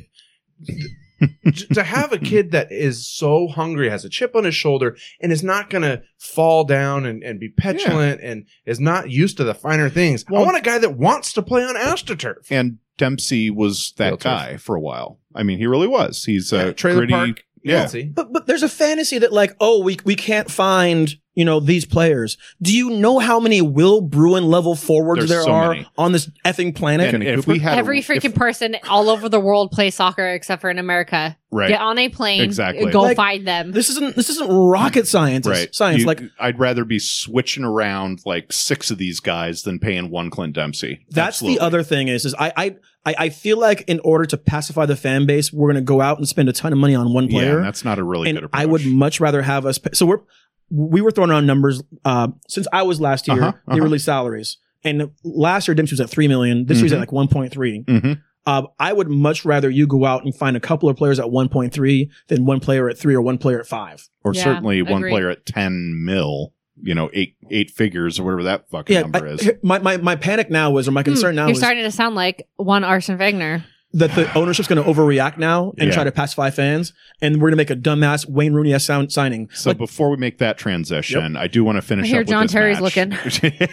<laughs> to have a kid that is so hungry, has a chip on his shoulder, and is not gonna fall down and, and be petulant and is not used to the finer things. I Well- want a guy that wants to play on AstroTurf. And Dempsey was that Field turf. guy for a while. I mean, he really was. He's a gritty. yeah. Nancy. But but there's a fantasy that like oh we we can't find you know these players. Do you know how many Will Bruin level forwards There's there so are many. on this effing planet? And if we had Every a, freaking if- person all over the world plays soccer except for in America. right, Get on a plane. Exactly. Go Like- find them. this isn't this isn't rocket science. right. Science You- like I'd rather be switching around like six of these guys than paying one Clint Dempsey. That's Absolutely. the other thing is is I, I I I feel like in order to pacify the fan base, we're gonna go out and spend a ton of money on one Yeah, player. and that's not a really and good approach. I would much rather have us. Pay, so we're we were throwing around numbers uh, since I was last year. Uh-huh, They uh-huh. released salaries, and last year Dempsey was at three million. This year he's at Mhm. like one point three. Mhm. Uh, I would much rather you go out and find a couple of players at one point three than one player at three or one player at five. or Yeah, certainly one agreed. player at ten mil, you know, eight eight figures or whatever that fucking Yeah, number I- is. here- my, my my panic now is or my concern now Hmm, You're is starting to sound like one Arsene Wenger. that the ownership's going to overreact now and Yeah. try to pacify fans, and we're going to make a dumbass Wayne Rooney sound signing. So Like, before we make that transition, I do want to finish I hear up with John this Terry's <laughs> match.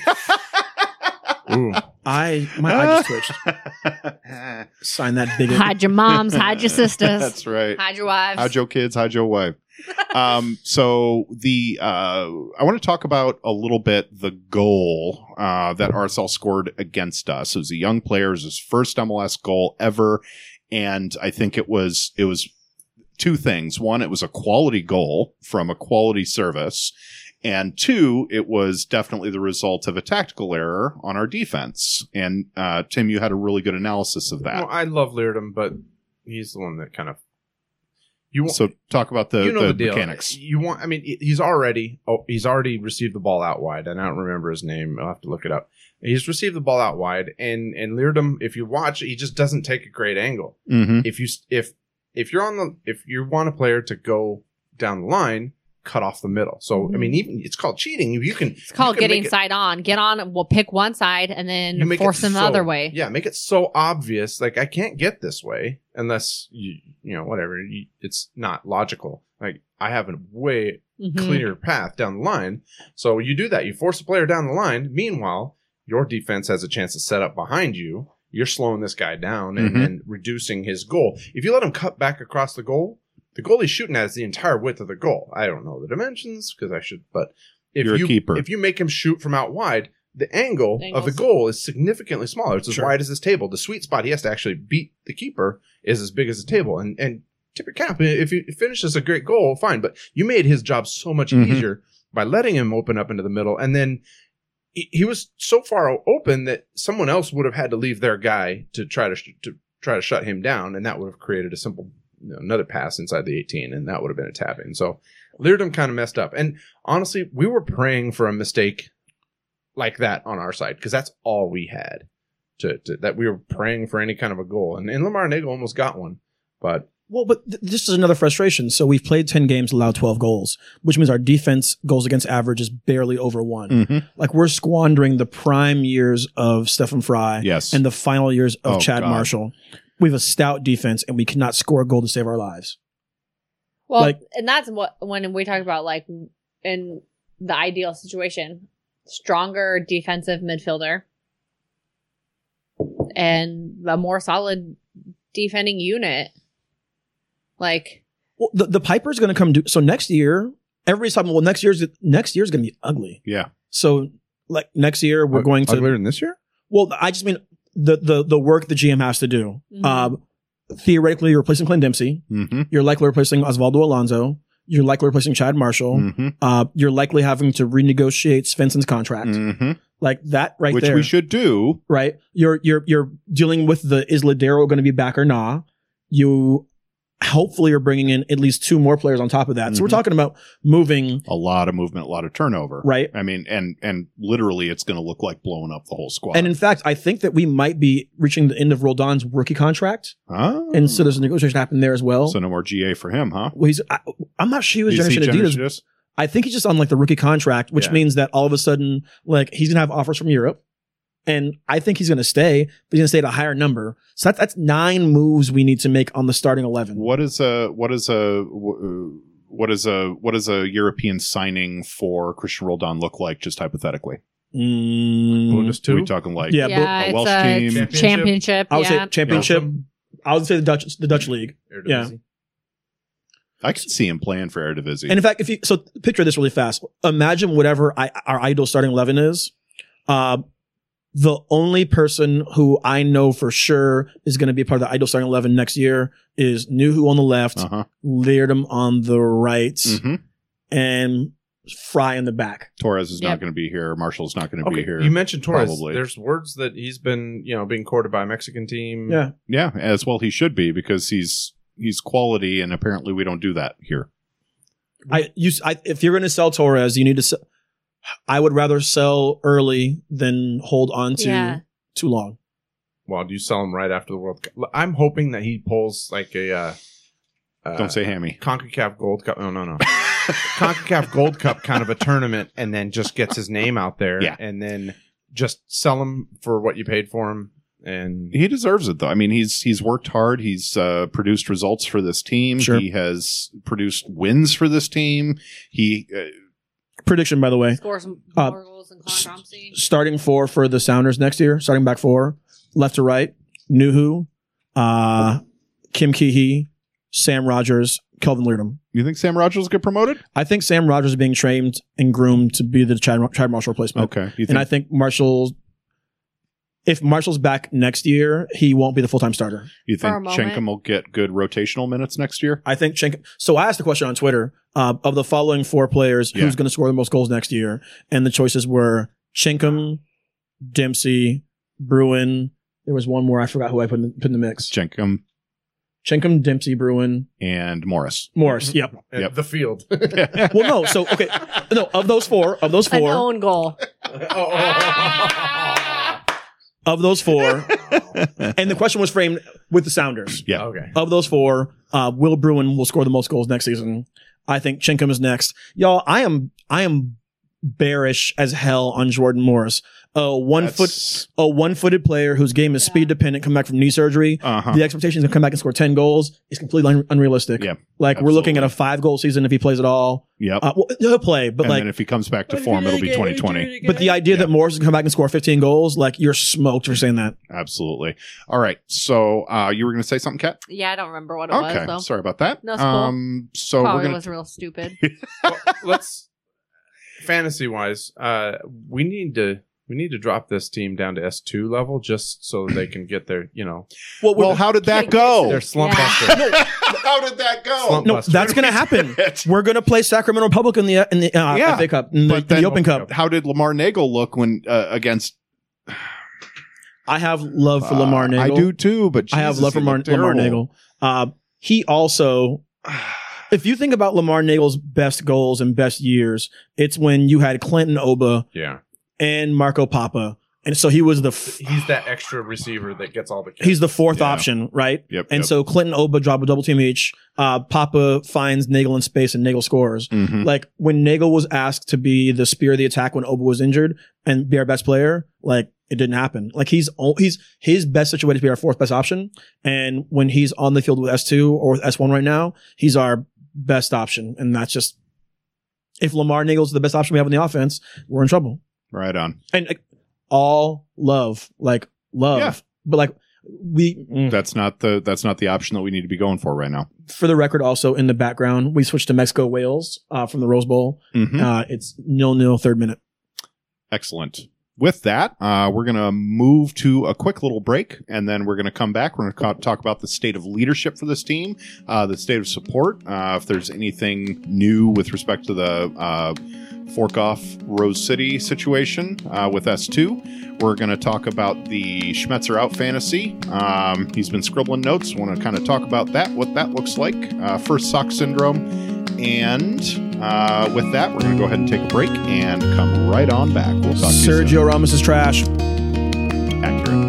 Ooh. I my eye <laughs> just twitched. Sign that bigot. Hide your moms. hide <laughs> your sisters. That's right. Hide your wives. How'd your kids? How'd your wife? um, so the uh, I want to talk about a little bit the goal uh, that RSL scored against us. It was a young player, it was his first MLS goal ever, and I think it was it was two things. One, it was a quality goal from a quality service. And two, it was definitely the result of a tactical error on our defense. And uh, Tim, you had a really good analysis of that. Well, I love Leardom, but he's the one that kind of you want so talk about the, you know the the, deal. mechanics. You want? I mean, he- he's already oh, he's already received the ball out wide, and I don't remember his name. I'll have to look it up. He's received the ball out wide, and and Leardom, if you watch, he just doesn't take a great angle. Mm-hmm. If you s- if if you're on the if you want a player to go down the line, cut off the middle. So I mean, even it's called cheating. You can it's called you can getting make it- side on. Get on. We'll pick one side and you then make force it them the so- other way. Yeah, make it so obvious. Like I can't get this way unless you you know whatever. You, it's not logical. Like I have a way Mhm. Mm-hmm. cleaner path down the line. So you do that. You force the player down the line. Meanwhile, your defense has a chance to set up behind you. You're slowing this guy down and, Mhm. and reducing his goal. If you let him cut back across the goal, the goalie's shooting at is the entire width of the goal. I don't know the dimensions because I should, but if You're a you keeper. if you make him shoot from out wide, the angle of the Angles. goal is significantly smaller. It's as Sure. wide as this table. The sweet spot he has to actually beat the keeper is as big as the table. And and tip your cap if he finishes a great goal, fine. But you made his job so much Mhm. easier by letting him open up into the middle, and then he, he was so far open that someone else would have had to leave their guy to try to sh- to try to shut him down, and that would have created a simple you know, another pass inside the 18, and that would have been a tap in. So Leardom kind of messed up, and honestly, we were praying for a mistake like that on our side because that's all we had to, to that we were praying for any kind of a goal. And, and Lamar Nagel almost got one, but Well, but th- this is another frustration. So we've played 10 games, allowed 12 goals, which means our defense goals against average is barely over one. Mhm. Like we're squandering the prime years of Stephen Fry Yes. and the final years of Oh, Chad God. Marshall. We have a stout defense and we cannot score a goal to save our lives. Well, Like- and that's what when we talk about like in the ideal situation, stronger defensive midfielder and a more solid defending unit. Like Well, the, the Piper's going to come do so next year. Everybody's talking, well, next year's next year's going to be ugly. Yeah. So like next year we're Ug- going to uglier than this year. Well, I just mean the the the work the GM has to do. Mhm. Um, theoretically, you're replacing Clint Dempsey. Mhm. You're likely replacing Osvaldo Alonso. You're likely replacing Chad Marshall. Mhm. Uh, you're likely having to renegotiate Svensson's contract, Mhm. like that right Which there. we should do. right, you're you're you're dealing with the is Ladero going to be back or nah? You hopefully are bringing in at least two more players on top of that. So we're Mhm. talking about moving A lot of movement, a lot of turnover. right. I mean, and and literally, it's going to look like blowing up the whole squad. And in fact, I think that we might be reaching the end of Roldan's rookie contract, Oh. and so there's a negotiation happening there as well. So no more GA for him, huh? Well, he's I, I'm not sure he was Is he generation Adidas. generous? I think he's just on like the rookie contract, which Yeah. means that all of a sudden, like he's gonna have offers from Europe, and I think he's gonna stay, but he's gonna stay at a higher number. So that's that's nine moves we need to make on the starting eleven. What is a what is a wh- uh, what is a what is a European signing for Christian Roldan look like? Just hypothetically, Mm, Bonus Mm-hmm. we two. talking like yeah, but a it's Welsh a team. Champions- championship. I would yeah. say championship. I would say the Dutch the Dutch league. Yeah. I can see him playing for Eredivisie. And in fact, if you so picture this really fast, imagine whatever I, our ideal starting eleven is. Uh, the only person who I know for sure is going to be a part of the ideal starting eleven next year is Nuhu on the left, uh huh. Leardom on the right, hmm and Fry in the back. Torres is not Yep. going to be here. Marshall's not going to Okay, be here. you mentioned Torres. probably. There's words that he's been, you know, being courted by a Mexican team. Yeah, yeah, as well he should be because he's he's quality, and apparently we don't do that here. I you I, if you're going to sell Torres, you need to. Sell, I would rather sell early than hold on to Yeah. too long. Well, do you sell him right after the World Cup? I'm hoping that he pulls like a. Uh, uh, don't say hammy. Concacaf Gold Cup. Oh no <laughs> no. Concacaf Gold Cup kind of a tournament, and then just gets his name out there, Yeah. and then just sell him for what you paid for him, and he deserves it though. I mean, he's he's worked hard. He's uh, produced results for this team. Sure. He has produced wins for this team. He uh, Prediction, by the way, Score some Uh, more goals than Connor Thompson. starting four for the Sounders next year, starting back four, left to right, Nuhu, uh, Kim Keehee, Sam Rogers, Kelvin Leardom. you think Sam Rogers will get promoted? I think Sam Rogers is being trained and groomed to be the Chad, Chad Marshall replacement. Okay. You And think I think Marshall, if Marshall's back next year, he won't be the full time starter. you For a think moment. Chenkum will get good rotational minutes next year? I think Cenk. So I asked the question on Twitter uh, of the following four players, Yeah. who's going to score the most goals next year? And the choices were Chinkum, Dempsey, Bruin. There was one more I forgot who I put in the, put in the mix. Chenkum Chinkum, Dempsey, Bruin, and Morris. Morris. Yep. and Yep. the field. Well, no. So okay, no. Of those four, of those An four, own goal. <laughs> of those four, and the question was framed with the Sounders. Yeah. okay. of those four, uh, Will Bruin will score the most goals next season. I think Chinkum is next. Y'all, I am I am bearish as hell on Jordan Morris. A one foot a one footed player whose game is Yeah. speed dependent, come back from knee surgery. Uh huh. The expectation is to come back and score ten goals is completely un- unrealistic. Yeah, like we're looking at absolutely. a five goal season if he plays at all. Yep. Uh, well, he'll play, but and like, then if he comes back to form, it'll be 2020. but the idea that Morris is gonna come back and score fifteen goals, like you're smoked for saying that. Absolutely. All right. So uh, you were going to say something, Kat? Yeah, I don't remember what it Okay. was though. Sorry about that. No, it's cool. um. So Probably we're going to was real stupid. Well, <laughs> let's fantasy wise, uh, we need to we need to drop this team down to S two level just so they can get their you know Well, Well, how did that go? their slump Yeah. buster. <laughs> how did that go? Slump no, buster. that's <laughs> gonna happen. But We're gonna play Sacramento Republic in the uh, in the uh, Yeah, FA Cup, in the, in the then Open Cup. How did Lamar Nagel look when uh, against? I have love for uh, Lamar Nagel. I do too, but I have Jesus, love for he Mar- looked Lamar terrible. Nagel. Uh, he also, if you think about Lamar Nagel's best goals and best years, it's when you had Clinton Oba <laughs> yeah. and Marco Papa. And so he was the f- He's that extra receiver that gets all the kills. he's the fourth Yeah. option, right? Yep. And so Clinton Oba drop a double team each. Uh, Papa finds Nagel in space and Nagel scores. Mhm. Like when Nagel was asked to be the spear of the attack when Oba was injured and be our best player, like it didn't happen. Like he's o- he's his best situated to be our fourth best option, and when he's on the field with S two or with S one right now, he's our best option, and that's just if Lamar Nagel's the best option we have on the offense, we're in trouble. Right on. And like, all love, like love, Yeah. but like we mm. That's not the that's not the option that we need to be going for right now. for the record, also in the background, we switched to Mexico Wales uh, from the Rose Bowl. Mhm. Uh, it's nil nil third minute. Excellent. With that, uh, we're going to move to a quick little break, and then we're going to come back. We're going to talk about the state of leadership for this team, uh, the state of support. Uh, if there's anything new with respect to the uh, fork off Rose City situation uh, with S2, we're going to talk about the Schmetzer out fantasy. Um, he's been scribbling notes. Want to kind of talk about that, what that looks like. Uh, first sock syndrome. And uh, with that, we're going to go ahead and take a break and come right on back. We'll talk to you soon. Sergio Ramos is trash. Accurate.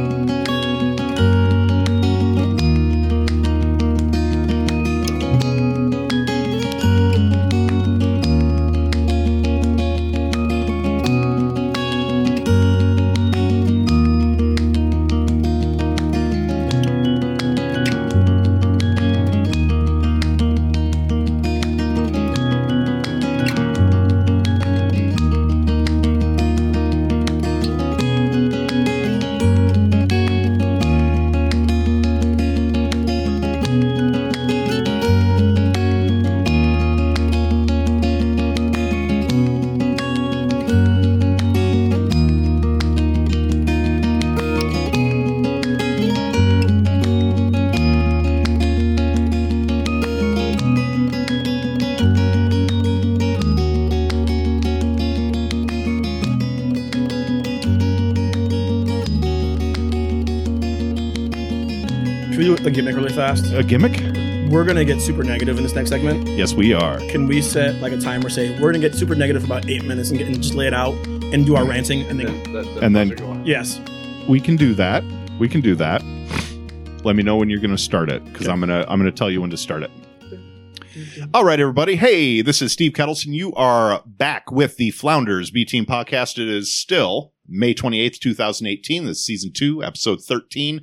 Should we do the gimmick really fast? A gimmick? We're gonna get super negative in this next segment. Yes, we are. Can we set like a timer? Say we're gonna get super negative for about eight minutes and, get, and just lay it out and do our ranting and then And then- yes, We can do that. We can do that. Let me know when you're going to start it because I'm going to I'm going to tell you when to start it. All right, everybody. Hey, this is Steve Kettleson. You are back with the Flounders B Team podcast. It is still May 28th, 2018. This is season two, episode 13.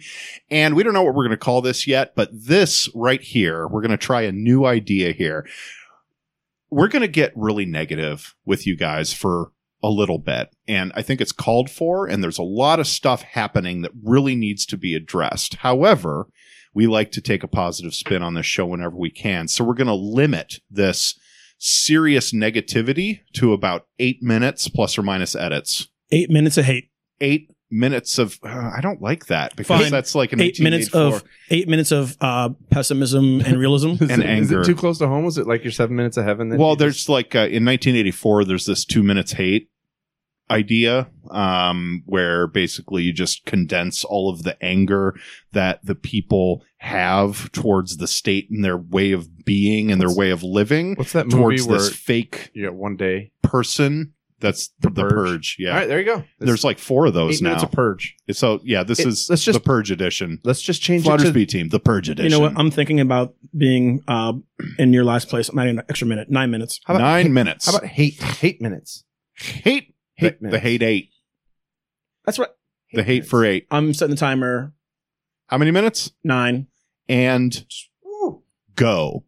And we don't know what we're going to call this yet, but this right here, we're going to try a new idea here. We're going to get really negative with you guys for a little bit. And I think it's called for, and there's a lot of stuff happening that really needs to be addressed. However, we like to take a positive spin on this show whenever we can. So we're going to limit this serious negativity to about eight minutes plus or minus edits. eight minutes of hate, Eight minutes of, uh, I don't like that because Fine. that's like an eight minutes of eight minutes of uh, pessimism <laughs> and realism. Is And it- is anger. it too close to home? Was it like your seven minutes of heaven? that well you there's just- like uh, in 1984 there's this two minutes hate idea um where basically you just condense all of the anger that the people have towards the state and their way of being and their way of living what's that movie towards where this fake you got one day? person that's the, The purge. Purge. yeah All right, there you go. there's like four of eight those minutes now of purge. so yeah this It- is let's the just- purge edition Let's just change Flutters it to B team the purge edition You know what? I'm thinking about being uh, in your last place. I'm adding an extra minute, nine minutes. How about nine hate- minutes How about hate? Hate minutes. hate Hate the, the minutes. hate eight That's right. the hate for eight I'm setting the timer how many minutes nine. and go.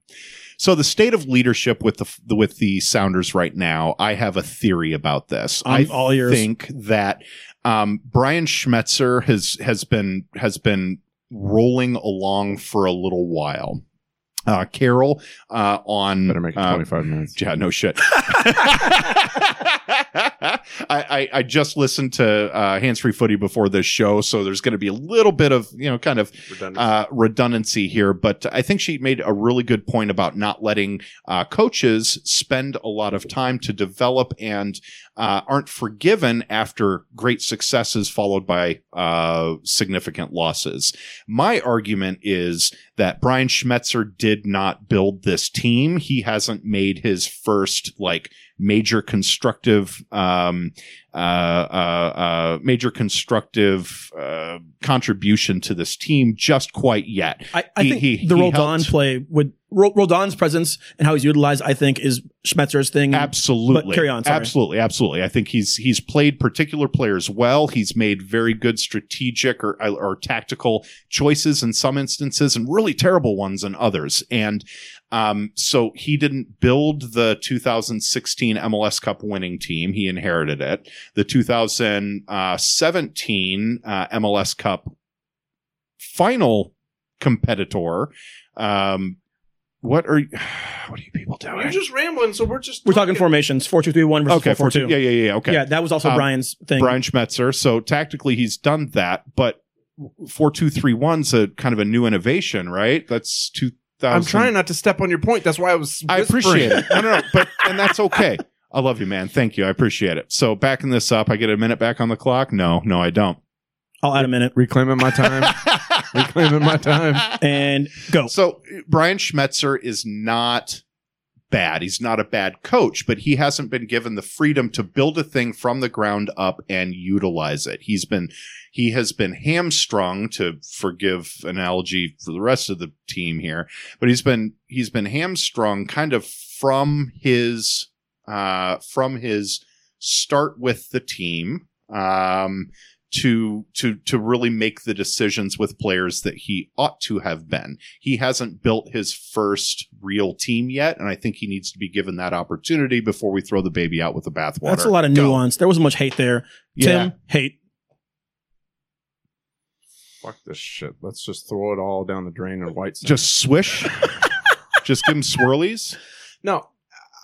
So the state of leadership with the, the with the Sounders right now, I have a theory about this. I'm I all ears. think that um, Brian Schmetzer has has been has been rolling along for a little while. Uh, Carol uh, on Better make it uh, 25 minutes. yeah, no shit. <laughs> I, I I just listened to uh, Hands Free Footy before this show, so there's going to be a little bit of you know kind of Redundant. uh, redundancy here, but I think she made a really good point about not letting uh, coaches spend a lot of time to develop and uh, aren't forgiven after great successes followed by uh, significant losses. My argument is that Brian Schmetzer did not build this team. He hasn't made his first like major constructive um, uh, uh, uh, major constructive uh, contribution to this team just quite yet. I, I He- think he- the he Roldan helped. play would Ro- Roldan's presence and how he's utilized. I think is Schmetzer's thing. Absolutely. But carry on, sorry. Absolutely, absolutely. I think he's he's played particular players well. He's made very good strategic or uh, or tactical choices in some instances, and really terrible ones in others. And um, so he didn't build the 2016 MLS Cup winning team. He inherited it. The 2017 uh, MLS Cup final competitor. Um, what are you, <sighs> what are you people doing? You're just rambling, so we're just We're talking formations: four two three one versus okay, four four two. 14. Yeah, yeah, yeah. Okay. Yeah, that was also Um, Brian's thing. Brian Schmetzer. So tactically, he's done that, but four two three one's a kind of a new innovation, right? That's two thousand. I'm trying not to step on your point. That's why I was. I whispering. appreciate it. No, no, no, but and that's okay. I love you, man. Thank you. I appreciate it. So backing this up, I get a minute back on the clock. No, no, <laughs> I don't. I'll add a minute <laughs> Reclaiming my <laughs> time. Reclaiming my time. and go. So Brian Schmetzer is not bad. He's not a bad coach, but he hasn't been given the freedom to build a thing from the ground up and utilize it. He's been he has been hamstrung to forgive analogy for the rest of the team here, but he's been he's been hamstrung kind of from his uh from his start with the team um to to to really make the decisions with players that he ought to have been. He hasn't built his first real team yet, and I think he needs to be given that opportunity before we throw the baby out with the bathwater. That's a lot of Go. nuance. There wasn't much hate there. Yeah. Tim, hate. Fuck this shit. Let's just throw it all down the drain or white. sand. Just <laughs> swish. Just give him swirlies. No,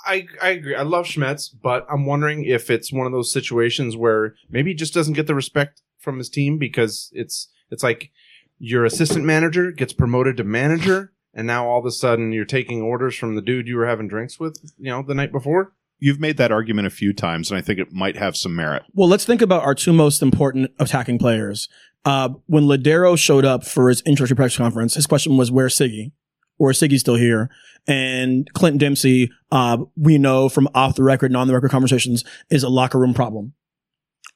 I I agree. I love Schmetz, but I'm wondering if it's one of those situations where maybe he just doesn't get the respect from his team because it's it's like your assistant manager gets promoted to manager, and now all of a sudden you're taking orders from the dude you were having drinks with, you know, the night before. You've made that argument a few times, and I think it might have some merit. Well, let's think about our two most important attacking players. Uh, when Ladero showed up for his introductory press conference, his question was, "Where's Siggy? Or is Siggy still here?" And Clint Dempsey, uh, we know from off the record and on the record conversations, is a locker room problem.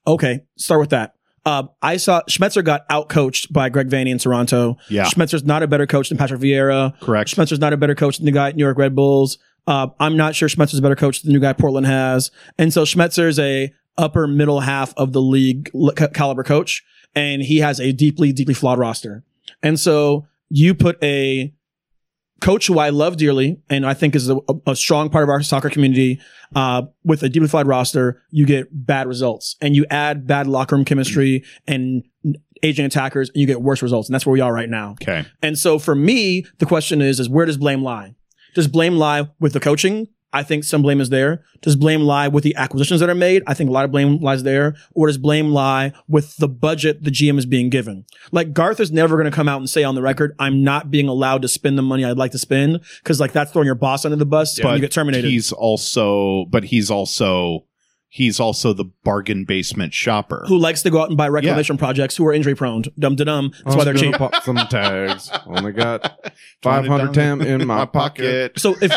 Okay, start with that. Uh, I saw Schmetzer got outcoached by Greg Vanny in Toronto. Yeah, Schmetzer's not a better coach than Patrick Vieira. correct. Schmetzer's not a better coach than the guy at New York Red Bulls. Uh, I'm not sure Schmetzer's a better coach than the new guy Portland has. And so Schmetzer's a upper middle half of the league l- ca- caliber coach, and he has a deeply, deeply flawed roster. And so you put a coach who I love dearly, and I think is a, a strong part of our soccer community, uh, with a deeply flawed roster, you get bad results, and you add bad locker room chemistry and aging attackers, and you get worse results. And that's where we are right now. Okay. And so for me, the question is, is where does blame lie? Does blame lie with the coaching? I think some blame is there. Does blame lie with the acquisitions that are made? I think a lot of blame lies there. Or does blame lie with the budget the GM is being given? Like Garth is never going to come out and say on the record, I'm not being allowed to spend the money I'd like to spend. Cause like that's throwing your boss under the bus But and you get terminated. He's also, but he's also, he's also the bargain basement shopper. who likes to go out and buy reclamation projects who are injury prone. Dum da dum. That's why they're cheap. Pop some tags. Only got Throwing it 500 down tam in <laughs> my pocket. So if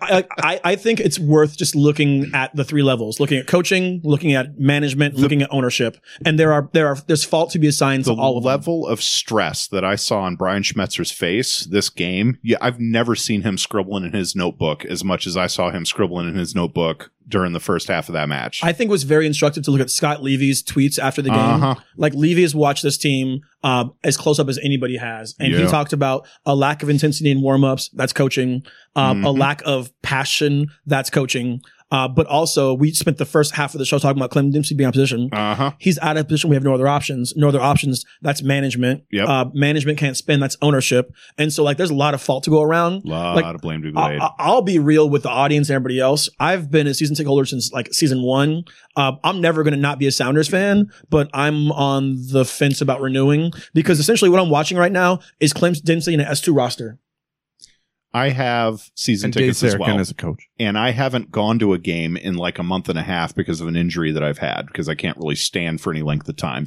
I, I, I think it's worth just looking at the three levels, looking at coaching, looking at management, looking at ownership, and there are there are there's fault to be assigned to the all of them. level of stress that I saw on Brian Schmetzer's face this game, yeah, I've never seen him scribbling in his notebook as much as I saw him scribbling in his notebook during the first half of that match. I think it was very instructive to look at Scott Levy's tweets after the game. Uh-huh. Like Levy has watched this team um, as close up as anybody has, and he Yeah. talked about a lack of intensity in warm ups. That's coaching. Um, A Mhm. lack of passion. That's coaching. Uh, but also, we spent the first half of the show talking about Clem Dempsey being out of position. Uh huh. he's out of position. We have no other options. No other options. That's management. Yep. Uh, management can't spend. That's ownership. And so like, there's a lot of fault to go around. Lot Like, uh, of blame to be I- laid. I- I'll be real with the audience and everybody else. I've been a season ticket holder since like season one. Uh, I'm never going to not be a Sounders fan, but I'm on the fence about renewing because essentially what I'm watching right now is Clem Dempsey in an S2 roster. I have season And Dave tickets as Sarakin well, as a coach. and I haven't gone to a game in like a month and a half because of an injury that I've had because I can't really stand for any length of time.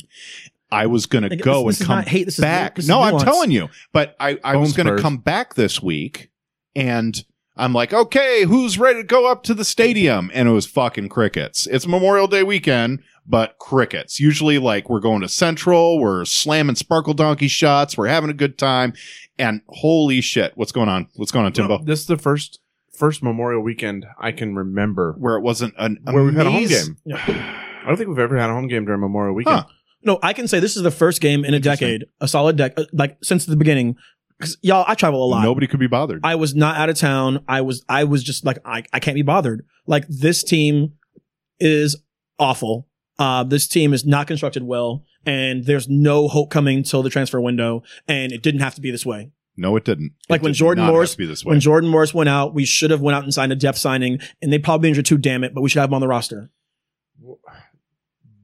I was going to Like, go this- this and is come not hate. This is- back. this is no, I'm nuance. telling you. But I, I was Bones going to first. come back this week, and I'm like, okay, who's ready to go up to the stadium? And it was fucking crickets. It's Memorial Day weekend, but crickets. Usually, like, we're going to Central, we're slamming sparkle donkey shots, we're having a good time. And holy shit, what's going on? What's going on, Timbo? This is the first first Memorial weekend I can <sighs> remember Where it wasn't an where we've had a home amaze- game. I don't think we've ever had a home game during Memorial weekend. Huh. No, I can say this is the first game in a Interesting. decade, a solid deck, like since the beginning. Because y'all, I travel a lot. Nobody could be bothered. I was not out of town. I was I was just like I, I can't be bothered. Like this team is awful. Uh, this team is not constructed well, and there's no hope coming till the transfer window. And it didn't have to be this way. no, it didn't. Like It when did Jordan not have Morris- to be this way. When Jordan Morris went out, we should have went out and signed a depth signing, and they probably injured two. Damn it! But we should have him on the roster.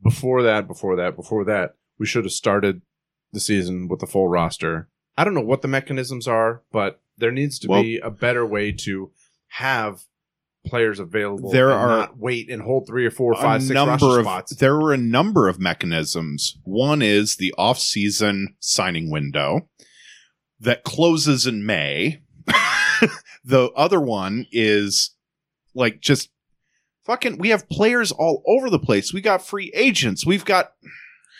Before that, before that, before that, we should have started the season with the full roster. I don't know what the mechanisms are, but there needs to Well- be a better way to have players available. There and are- not wait and hold three or four or five, a six number roster of spots. there were a number of mechanisms. One is the off-season signing window that closes in May. <laughs> the other one is like just fucking. We have players all over the place. We got free agents. We've got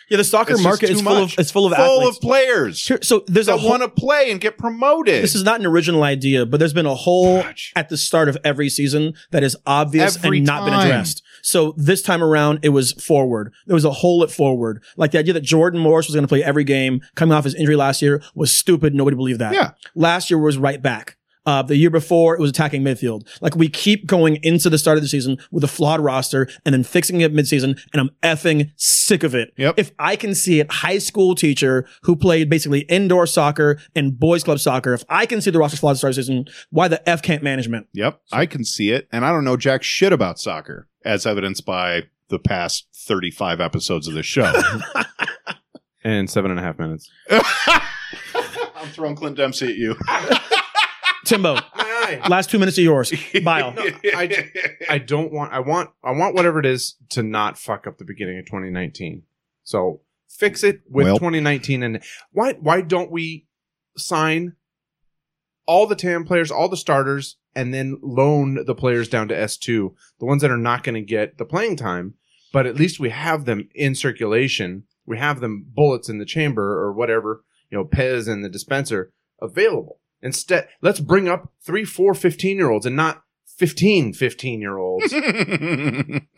Yeah, the soccer It's just market too is full much. of it's full of full athletes. of players Here- so there's a that whole, want to play and get promoted. this is not an original idea, but there's been a whole at the start of every season that is obvious Every and not been time. addressed. So this time around, it was forward. There was a hole at forward. Like the idea that Jordan Morris was going to play every game coming off his injury last year was stupid. Nobody believed that. Yeah. Last year was right back. Uh, the year before, it was attacking midfield. Like we keep going into the start of the season with a flawed roster and then fixing it midseason, and I'm effing sick of it. Yep. If I can see it, high school teacher who played basically indoor soccer and boys club soccer, if I can see the roster flawed at the start of the season, why the f can't management? Yep, I can see it, and I don't know jack shit about soccer, as evidenced by the past thirty-five episodes of this show. and seven and a half minutes. I'm throwing Clint Dempsey at you. Timbo, I last two minutes of yours. Bile. don't want. I want. I want whatever it is to not fuck up the beginning of 2019. So fix it with Well. 2019. And why? Why don't we sign all the TAM players, all the starters, and then loan the players down to S two, the ones that are not going to get the playing time, but at least we have them in circulation. We have them bullets in the chamber or whatever you know, Pez and the dispenser available. Instead, let's bring up three, four 15 year olds and not 15 15 year olds.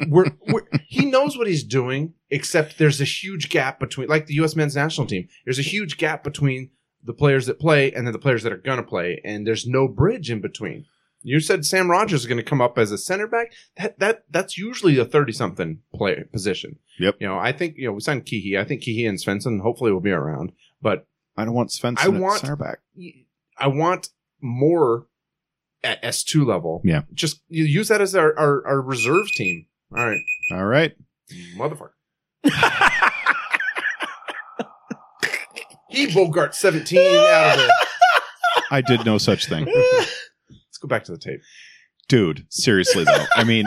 we're, we're, he knows what he's doing, except there's a huge gap between, like the U.S. men's national team, there's a huge gap between the players that play and then the players that are going to play, and there's no bridge in between. You said Sam Rogers is going to come up as a center back. That that that's usually a thirty something player position. Yep. You know, I think you know we signed Kihi. I think Kihi and Svensson hopefully will be around, but <laughs> I don't want Svensson I at want- center back. I want more at S two level. Yeah. just you use that as our, our our reserve team. All right, All right. motherfucker. <laughs> he Bogart seventeen out of it. I did no such thing. <laughs> Let's go back to the tape. Dude, seriously though. I mean,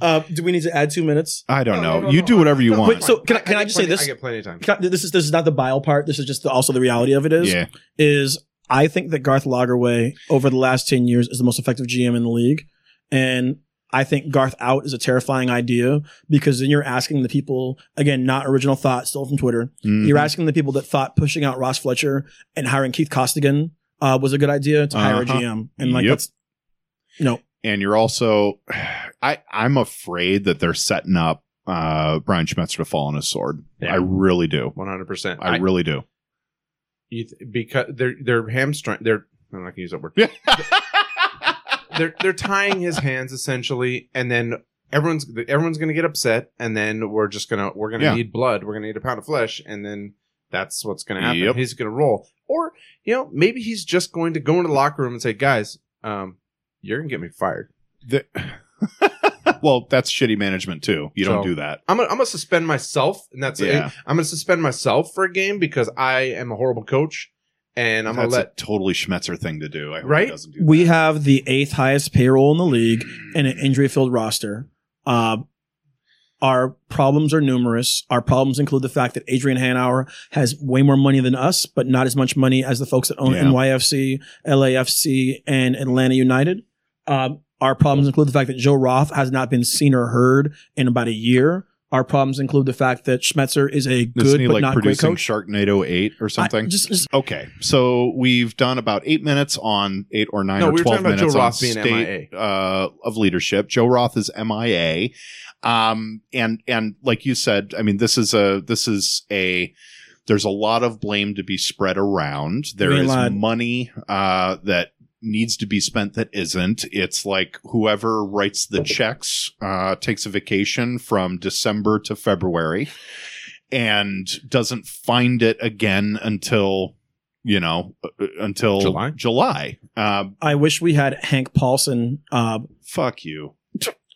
Uh, do we need to add two minutes? I don't No, no, know. no, you no, do I- whatever you no, want. Wait, so can I- I can I get just say plenty- this? I get plenty of time. Can I- This is this is not the bile part. This is just the, also the reality of it is. yeah. is I think that Garth Lagerway over the last 10 years is the most effective GM in the league. And I think Garth out is a terrifying idea because then you're asking the people, again, not original thought, still from Twitter. Mhm. You're asking the people that thought pushing out Ross Fletcher and hiring Keith Costigan uh, was a good idea to hire Uh-huh. a GM. And like, Yep. that's, no, and you're also I I'm afraid that they're setting up uh Brian Schmetzer to fall on his sword. Yeah. I really do. One hundred percent. I, really do. you th- because they're they're hamstring. They're I'm not gonna use that <laughs> word. they're they're tying his hands essentially, and then everyone's everyone's gonna get upset, and then we're just gonna we're gonna Yeah. need blood. We're gonna need a pound of flesh, and then that's what's gonna happen. Yep. He's gonna roll, or you know maybe he's just going to go into the locker room and say, guys, um, you're gonna get me fired. The- <laughs> well, that's shitty management too. You don't So- do that. I'm gonna, I'm gonna suspend myself, and that's Yeah. it. I'm gonna suspend myself for a game because I am a horrible coach, and I'm that's gonna let a totally Schmetzer thing to do. I hope Right? he doesn't do that. we have the eighth highest payroll in the league and an injury filled roster. Uh, Our problems are numerous. Our problems include the fact that Adrian Hanauer has way more money than us, but not as much money as the folks that own Yeah. NYFC, LAFC, and Atlanta United. Um, our problems include the fact that Joe Roth has not been seen or heard in about a year. Our problems include the fact that Schmetzer is a Isn't good he but like not great producing coach. Sharknado 8 or something? I- just, just Okay, so we've done about eight minutes on eight or nine No, or we were twelve talking about Joe minutes on Roth being state uh, of leadership. Joe Roth is MIA, um, and and like you said, I mean, this is a this is a there's a lot of blame to be spread around. There We is lied. money uh, that needs to be spent that isn't. It's like whoever writes the checks uh, takes a vacation from December to February and doesn't find it again until you know uh, uh, until July? July. Uh, I wish we had Hank Paulson. Uh, fuck you.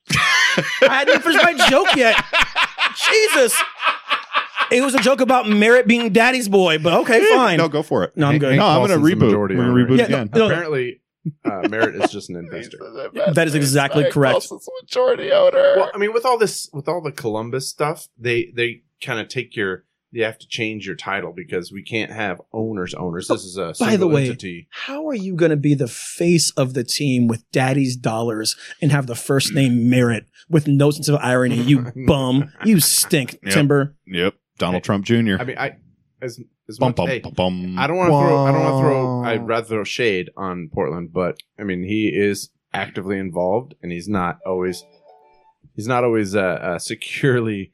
I hadn't finished my joke yet. Jesus, it was a joke about Merritt being daddy's boy, but okay, fine. Eh, No, go for it. No, I'm good. No, I'm going Paulson's to the reboot. We're majority going to owner. reboot Yeah, again. No. Apparently, uh, Merritt is just an investor. That is exactly correct. majority owner. Well, I mean, with all this, with all the Columbus stuff, they they kind of take your. You have to change your title because we can't have owners. Owners. This is a the single way- entity. How are you going to be the face of the team with daddy's dollars and have the first name Merritt with no sense of irony? <laughs> You bum. You stink, Yep. Timber. Yep. Donald Trump Jr. I mean, I as as Bum, much. bum, hey, bum, bum. I don't want to throw. I don't want to throw. I'd rather throw shade on Portland, but I mean, he is actively involved, and he's not always. He's not always uh, uh, securely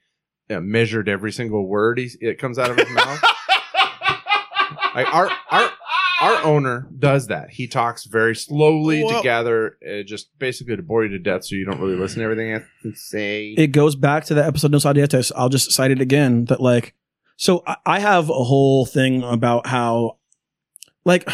uh, measured every single word he it comes out of his <laughs> mouth. Like our our our owner does that. He talks very slowly Well- to gather, uh, just basically to bore you to death, so you don't really listen to everything I have to say. It goes back to that episode No Sadietes. I'll just cite it again that, like, so I, I have a whole thing about how, like,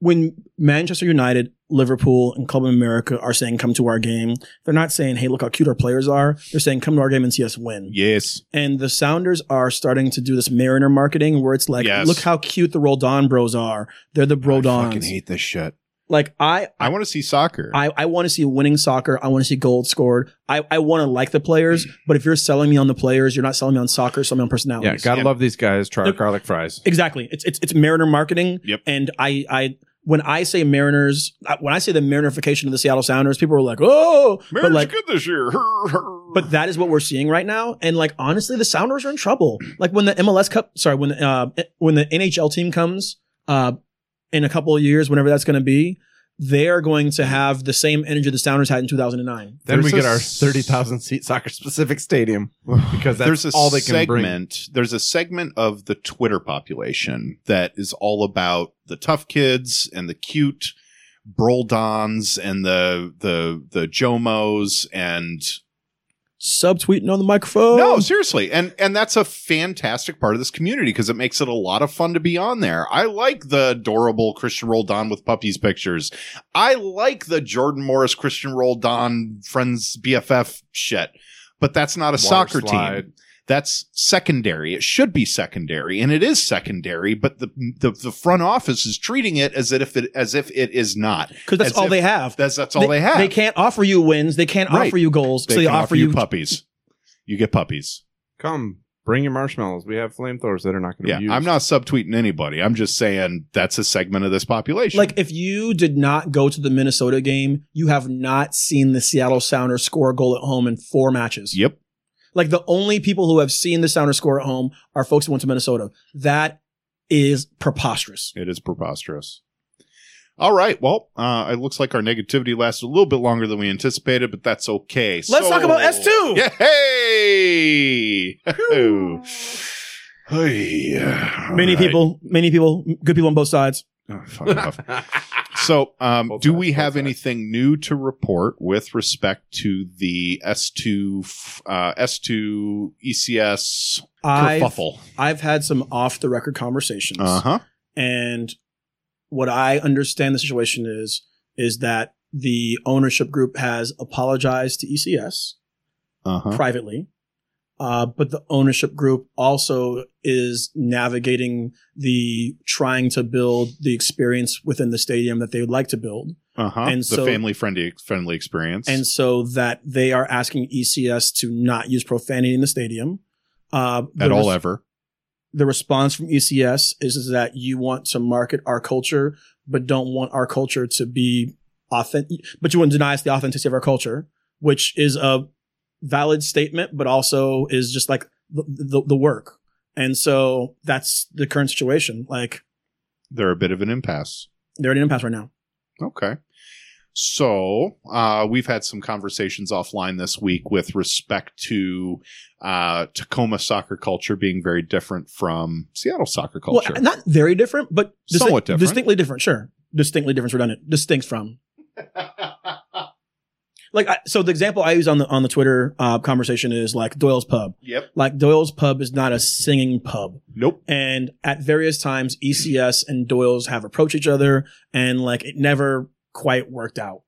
when Manchester United, Liverpool, and Club America are saying come to our game, they're not saying, hey, look how cute our players are. They're saying come to our game and see us win. Yes. and the Sounders are starting to do this Mariner marketing where it's like, Yes. look how cute the Roldan Bros are. They're the I Brodons. fucking hate this shit. like I, I want to see soccer. I, I want to see winning soccer. I want to see gold scored. I, I want to like the players. But if you're selling me on the players, you're not selling me on soccer. Selling me on yeah, personalities. gotta love these guys. Try our Look- garlic fries. exactly. It's it's it's Mariner marketing. Yep. And I I when I say Mariners, I- when I say the Marinerification of the Seattle Sounders, people are like, oh, Mariners but like good this year. <laughs> but that is what we're seeing right now. And like honestly, the Sounders are in trouble. Like when the MLS Cup, sorry, when the uh, when the NHL team comes uh, in a couple of years, whenever that's going to be, they are going to have the same energy the Sounders had in 2009. Then There's we a get our s- thirty thousand seat soccer <laughs> specific stadium <sighs> because that's there's a all they can bring. segment. There's a segment of the Twitter population that is all about the tough kids and the cute Broldons and the the the Jomos and Subtweeting on the microphone. no seriously and and that's a fantastic part of this community because it makes it a lot of fun to be on there. I like the adorable Christian Roldan with puppies pictures. I like the Jordan Morris Christian Roldan friends BFF shit. But that's not a soccer team. that's secondary. It should be secondary, and it is secondary. But the the, the front office is treating it as if it as if it is not. because that's As all if they have. That's that's all they, have. They can't offer you wins. They can't Right. offer you goals. They so they can offer, you. puppies. You get puppies. Come, bring your marshmallows. We have flamethrowers that are not going to Yeah, be used. <laughs> I'm not subtweeting anybody. I'm just saying that's a segment of this population. like if you did not go to the Minnesota game, you have not seen the Seattle Sounders score a goal at home in four matches. yep, Like the only people who have seen the Sounders score at home are folks who went to Minnesota. That is preposterous. it is preposterous. All right. Well, uh, it looks like our negativity lasted a little bit longer than we anticipated, but that's okay. Let's talk about S2. Yeah. Hey. Hey. Many All right. people, many people, good people on both sides. Oh, fuck off. So, um, Both do sides, we both have sides. anything new to report with respect to the S2 f- uh, S2 ECS I've, kerfuffle? I've had some off the record conversations. Uh huh. And what I understand the situation is, is that the ownership group has apologized to ECS Uh huh. E privately. Uh, but the ownership group also is navigating the trying to build the experience within the stadium that they would like to build. Uh huh. And The so- family friendly friendly experience. And so that they are asking ECS to not use profanity in the stadium. Uh, at the all res- ever. the response from ECS is, is that you want to market our culture, but don't want our culture to be authentic, but you wouldn't deny us the authenticity of our culture, which is a valid statement, but also is just like the, the, the work. And so that's the current situation. Like They're a bit of an impasse. they're at an impasse right now. Okay. So uh, we've had some conversations offline this week with respect to uh, Tacoma soccer culture being very different from Seattle soccer culture. Well, not very different, but distinct- Somewhat different. distinctly different. Sure. Distinctly different. Redundant. Distinct from. like I, so the example i use on the on the twitter uh, conversation is like doyle's pub <laughs> yep. like doyle's pub is not a singing pub Nope. and at various times ecs and doyle's have approached each other and like it never quite worked out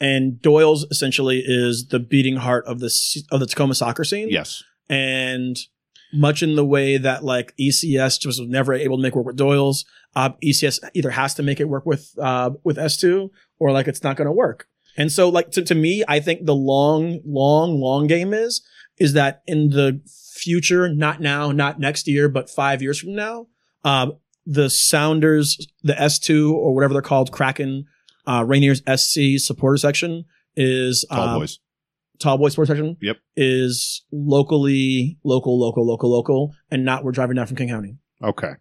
and doyle's essentially is the beating heart of the s- of the tacoma soccer scene Yes. and much in the way that like ECS just was never able to make work with Doyle's, uh, ECS either has to make it work with uh, with S2 or like it's not going to work. And so like to, to me, I think the long, long, long game is is that in the future, not now, not next year, but five years from now, uh, the Sounders, the S2 or whatever they're called, Kraken, uh, Rainier's SC supporter section is Tall um, boys. Tall Boy Sports Section. Yep. Is locally local, local, local, local, and not we're driving down from King County. Okay.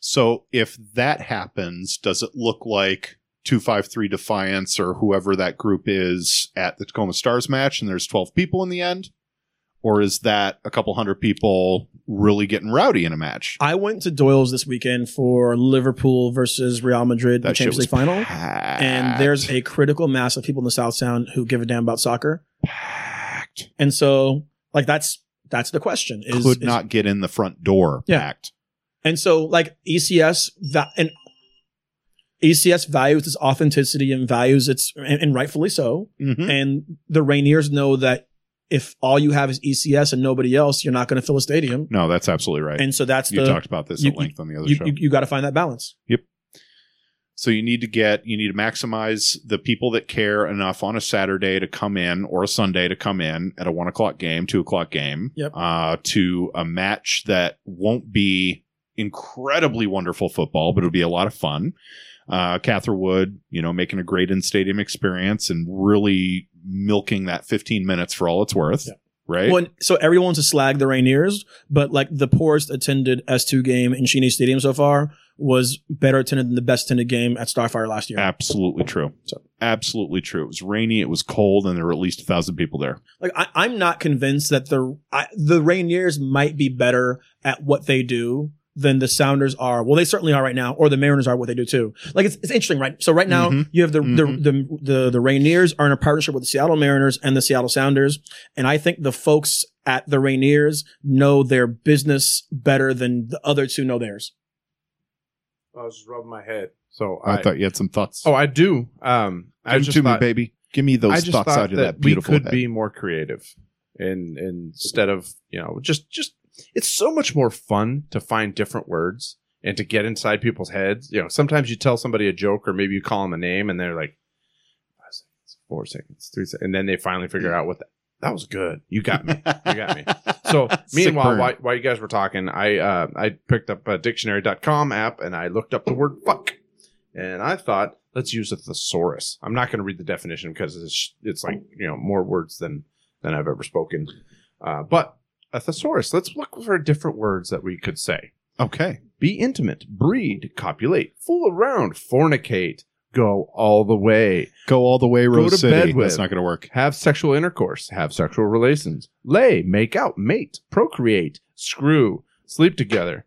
So if that happens, does it look like 253 Defiance or whoever that group is at the Tacoma Stars match and there's 12 people in the end? Or is that a couple hundred people really getting rowdy in a match? I went to Doyle's this weekend for Liverpool versus Real Madrid the That shit Champions was League final, packed. and there's a critical mass of people in the South Sound who give a damn about soccer, packed. and so like that's that's the question is Could is- not get in the front door. Yeah. Packed. and so like E ECS that and. ECS values its authenticity and values its, and, and rightfully so. Mhm. and the Rainiers know that if all you have is ECS and nobody else, you're not going to fill a stadium. No, that's absolutely right. And so that's you the talked about this you- at length on the other you, show. you, got to find that balance. So you need to get you need to maximize the people that care enough on a Saturday to come in or a Sunday to come in at a one o'clock game, two o'clock game, Yep. uh, to a match that won't be incredibly wonderful football, but it'll be a lot of fun. Uh, Catherwood, you know, making a great in stadium experience and really milking that 15 minutes for all it's worth, Yep. right? When, so everyone's a slag the Rainiers, but like the poorest attended S2 game in Cheney Stadium so far was better attended than the best attended game at Starfire last year. Absolutely true. Absolutely true. It was rainy, it was cold, and there were at least a thousand people there. Like I, I'm not convinced that the I, the Rainiers might be better at what they do than the Sounders are. Well, they certainly are right now, or the Mariners are what they do too. Like it's, it's interesting, right? So right now Mhm. you have the, Mhm. the the the the Rainiers are in a partnership with the Seattle Mariners and the Seattle Sounders, and I think the folks at the Rainiers know their business better than the other two know theirs. I was just rubbing my head. So I, I, thought you had some thoughts. oh, I do. Um, I Give just them to thought, me, baby. Give me those I just thoughts thought out of that, we beautiful could head. <laughs> be more creative, and and instead of you know just just it's so much more fun to find different words and to get inside people's heads. You know, sometimes you tell somebody a joke or maybe you call them a name and they're like five seconds, four seconds, three seconds, and then they finally figure out what the, that was good. You got me. You got me. So Sick meanwhile, burn. while, while you guys were talking, I uh, I picked up a dictionary.com app and I looked up the word fuck. And I thought, let's use a thesaurus. I'm not going to read the definition because it's, it's like, you know, more words than than I've ever spoken. Uh, but a thesaurus, let's look for different words that we could say. <laughs> okay, Be intimate, breed, copulate, fool around, fornicate, go all the way, go all the way, Rose to City. bed with. That's not going to work. have sexual intercourse, have sexual relations, lay, make out, mate, procreate, screw, sleep together.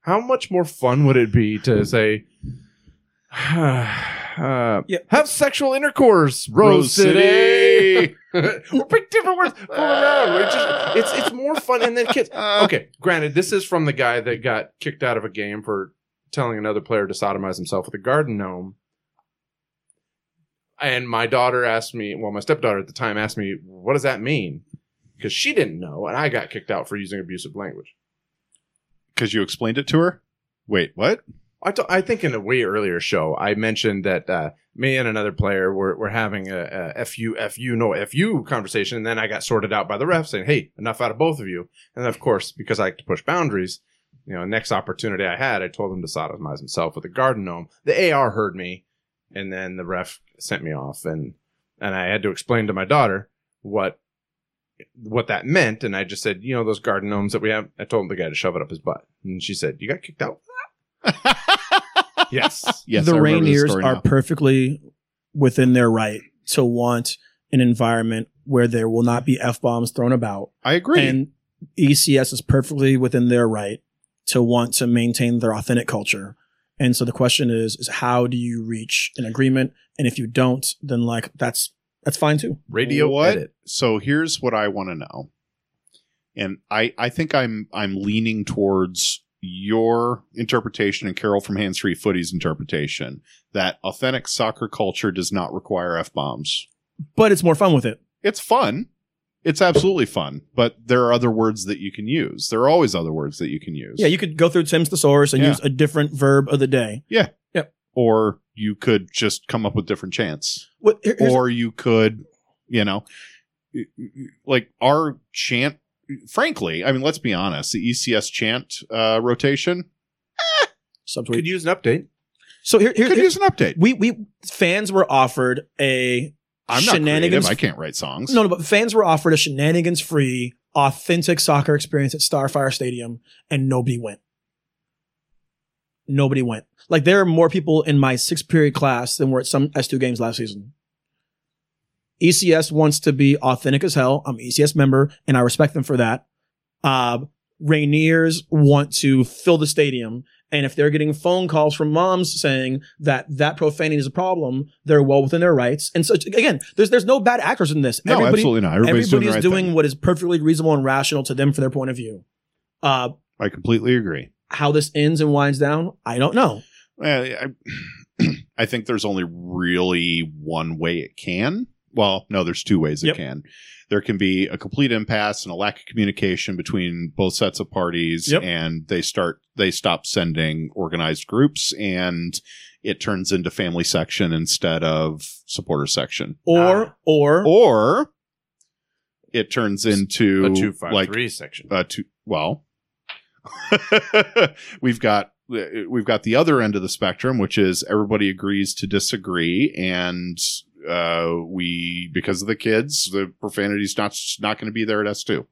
How much more fun would it be to say, <sighs> uh, Yeah. have sexual intercourse, Rose, Rose City? We're big different words. Fool around. We're just- it's, it's more fun. And then kids. Uh, Okay, granted, this is from the guy that got kicked out of a game for telling another player to sodomize himself with a garden gnome. And my daughter asked me, well, my stepdaughter at the time asked me, what does that mean? because she didn't know, and I got kicked out for using abusive language. Because you explained it to her? Wait, what? I, t- I think in a way earlier show, I mentioned that uh, me and another player were, were having a, a FU, FU, no FU conversation. And then I got sorted out by the ref saying, hey, enough out of both of you. And of course, because I like to push boundaries, you know, next opportunity I had, I told him to sodomize himself with a garden gnome. The AR heard me. And then the ref sent me off. And, and I had to explain to my daughter what what that meant. And I just said, you know, those garden gnomes that we have, I told the guy to shove it up his butt. And she said, you got kicked out? yes. Yes, I the remember this Rainiers story are now. perfectly within their right to want an environment where there will not be f bombs thrown about, I agree. and ECS is perfectly within their right to want to maintain their authentic culture. And so the question is, is how do you reach an agreement? And if you don't, then like that's that's fine too. Radio What? edit. so here's what I want to know. And I, I think I'm I'm leaning towards your interpretation and Carol from Hands Free Footy's interpretation that authentic soccer culture does not require F bombs. But it's more fun with it. It's fun. It's absolutely fun, but there are other words that you can use. There are always other words that you can use. Yeah, you could go through Tim's thesaurus and Yeah. use a different verb of the day. or you could just come up with different chants. What, here- here's- or you could, you know, like our chant. Frankly, I mean, let's be honest. The ECS chant uh, rotation subtweet. Could use an update. so here, here, could here- use an update. we we fans were offered a I'm not creative. shenanigans- I can't write songs. No, no, but fans were offered a shenanigans free, authentic soccer experience at Starfire Stadium, and nobody went. Nobody went. Like there are more people in my sixth period class than were at some S2 games last season. ECS wants to be authentic as hell. I'm an ECS member and I respect them for that. Uh, Rainiers want to fill the stadium. And if they're getting phone calls from moms saying that that profanity is a problem, they're well within their rights. And so again, there's there's no bad actors in this. No, absolutely not. Everybody's, doing, the Everybody's right doing thing. what is perfectly reasonable and rational to them for their point of view. Uh, I completely agree. how this ends and winds down, I don't know. Eh, I, <clears throat> I think there's only really one way it can. Well, no, there's two ways Yep. it can. There can be a complete impasse and a lack of communication between both sets of parties, Yep. and they start they stop sending organized groups, and it turns into family section instead of supporter section, Or Ah. or, or it turns into A two five like three section. uh, to well <laughs> we've got we've got the other end of the spectrum which is everybody agrees to disagree and uh we because of the kids the profanity's not not going to be there at s2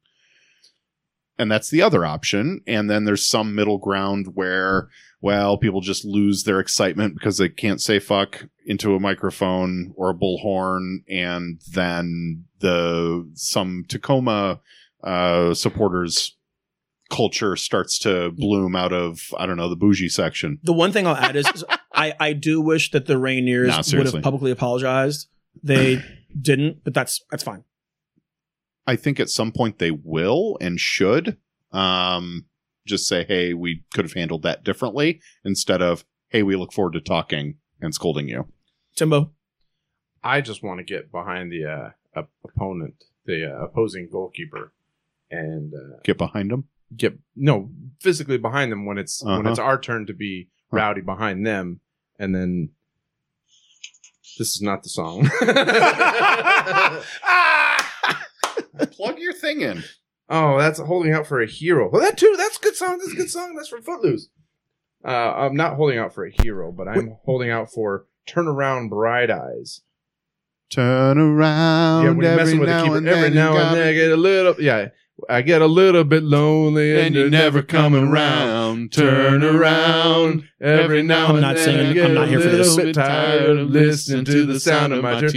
and that's the other option and then there's some middle ground where well people just lose their excitement because they can't say fuck into a microphone or a bullhorn and then the some tacoma uh, supporters culture starts to bloom out of I don't know the bougie section. the one thing I'll add is, is I I do wish that the Rainiers Nah, would seriously. have publicly apologized. <sighs> They didn't, but that's that's fine. I think at some point they will and should um, just say, "Hey, we could have handled that differently," instead of "Hey, we look forward to talking and scolding you." Timbo, I just want to get behind the uh, op- opponent, the uh, opposing goalkeeper, and uh, Get behind them. get no physically behind them when it's when Uh-huh. it's our turn to be rowdy behind them, and then this is not the song. <laughs> <laughs> Plug your thing in. Oh, that's holding out for a hero. Well, that too. That's a good song. That's a good song. That's from Footloose. Uh, I'm not holding out for a hero, but I'm holding out for Turnaround Bright Eyes. Turn around. Yeah, when you're messing every with a now keeper, and every then, you now and gotta- then I get a little. Yeah, I get a little bit lonely, and, and you you're never come around. Turn around. Every now I'm and not then singing. I I'm get not here a for this. little bit tired of listening to the sound of my, tears.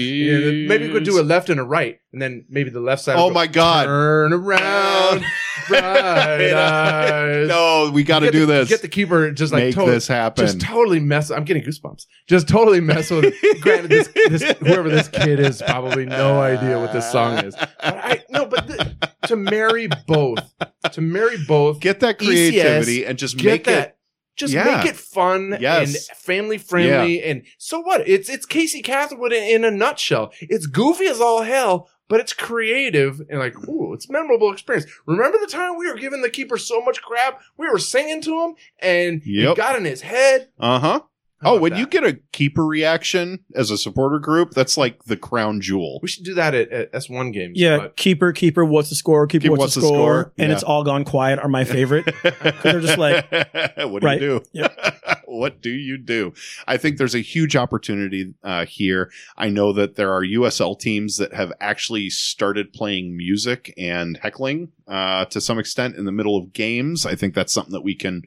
Yeah, Maybe we could do a left and a right, and then maybe the left side. Oh would go, my god. Turn <laughs> around, bright eyes. No, we got to Get do the- this. Get the keeper just like Make totally, this happen. just totally mess. I'm getting goosebumps. Just totally mess with. granted, this, this whoever this kid is probably no idea what this song is. But I no, but th- to marry both, to marry both, <laughs> get that creativity and just E get make that. it just yeah. make it fun Yes. and family friendly, and so what? It's it's Casey Catherwood in, in a nutshell. It's goofy as all hell, but it's creative and like, ooh, it's memorable experience. Remember the time we were giving the keeper so much crap? We were singing to him and he Yep. got in his head. Uh huh. How Oh, about when that? you get a keeper reaction as a supporter group, that's like the crown jewel. we should do that at, at S1 games. Yeah, but- keeper, keeper. What's the score? Keeper, Keep- what's, the score? And Yeah. it's all gone quiet. Are <laughs> my favorite. They're just like, <laughs> what do right, you do? <laughs> what do you do? I think there's a huge opportunity uh, here. I know that there are USL teams that have actually started playing music and heckling uh, to some extent in the middle of games. I think that's something that we can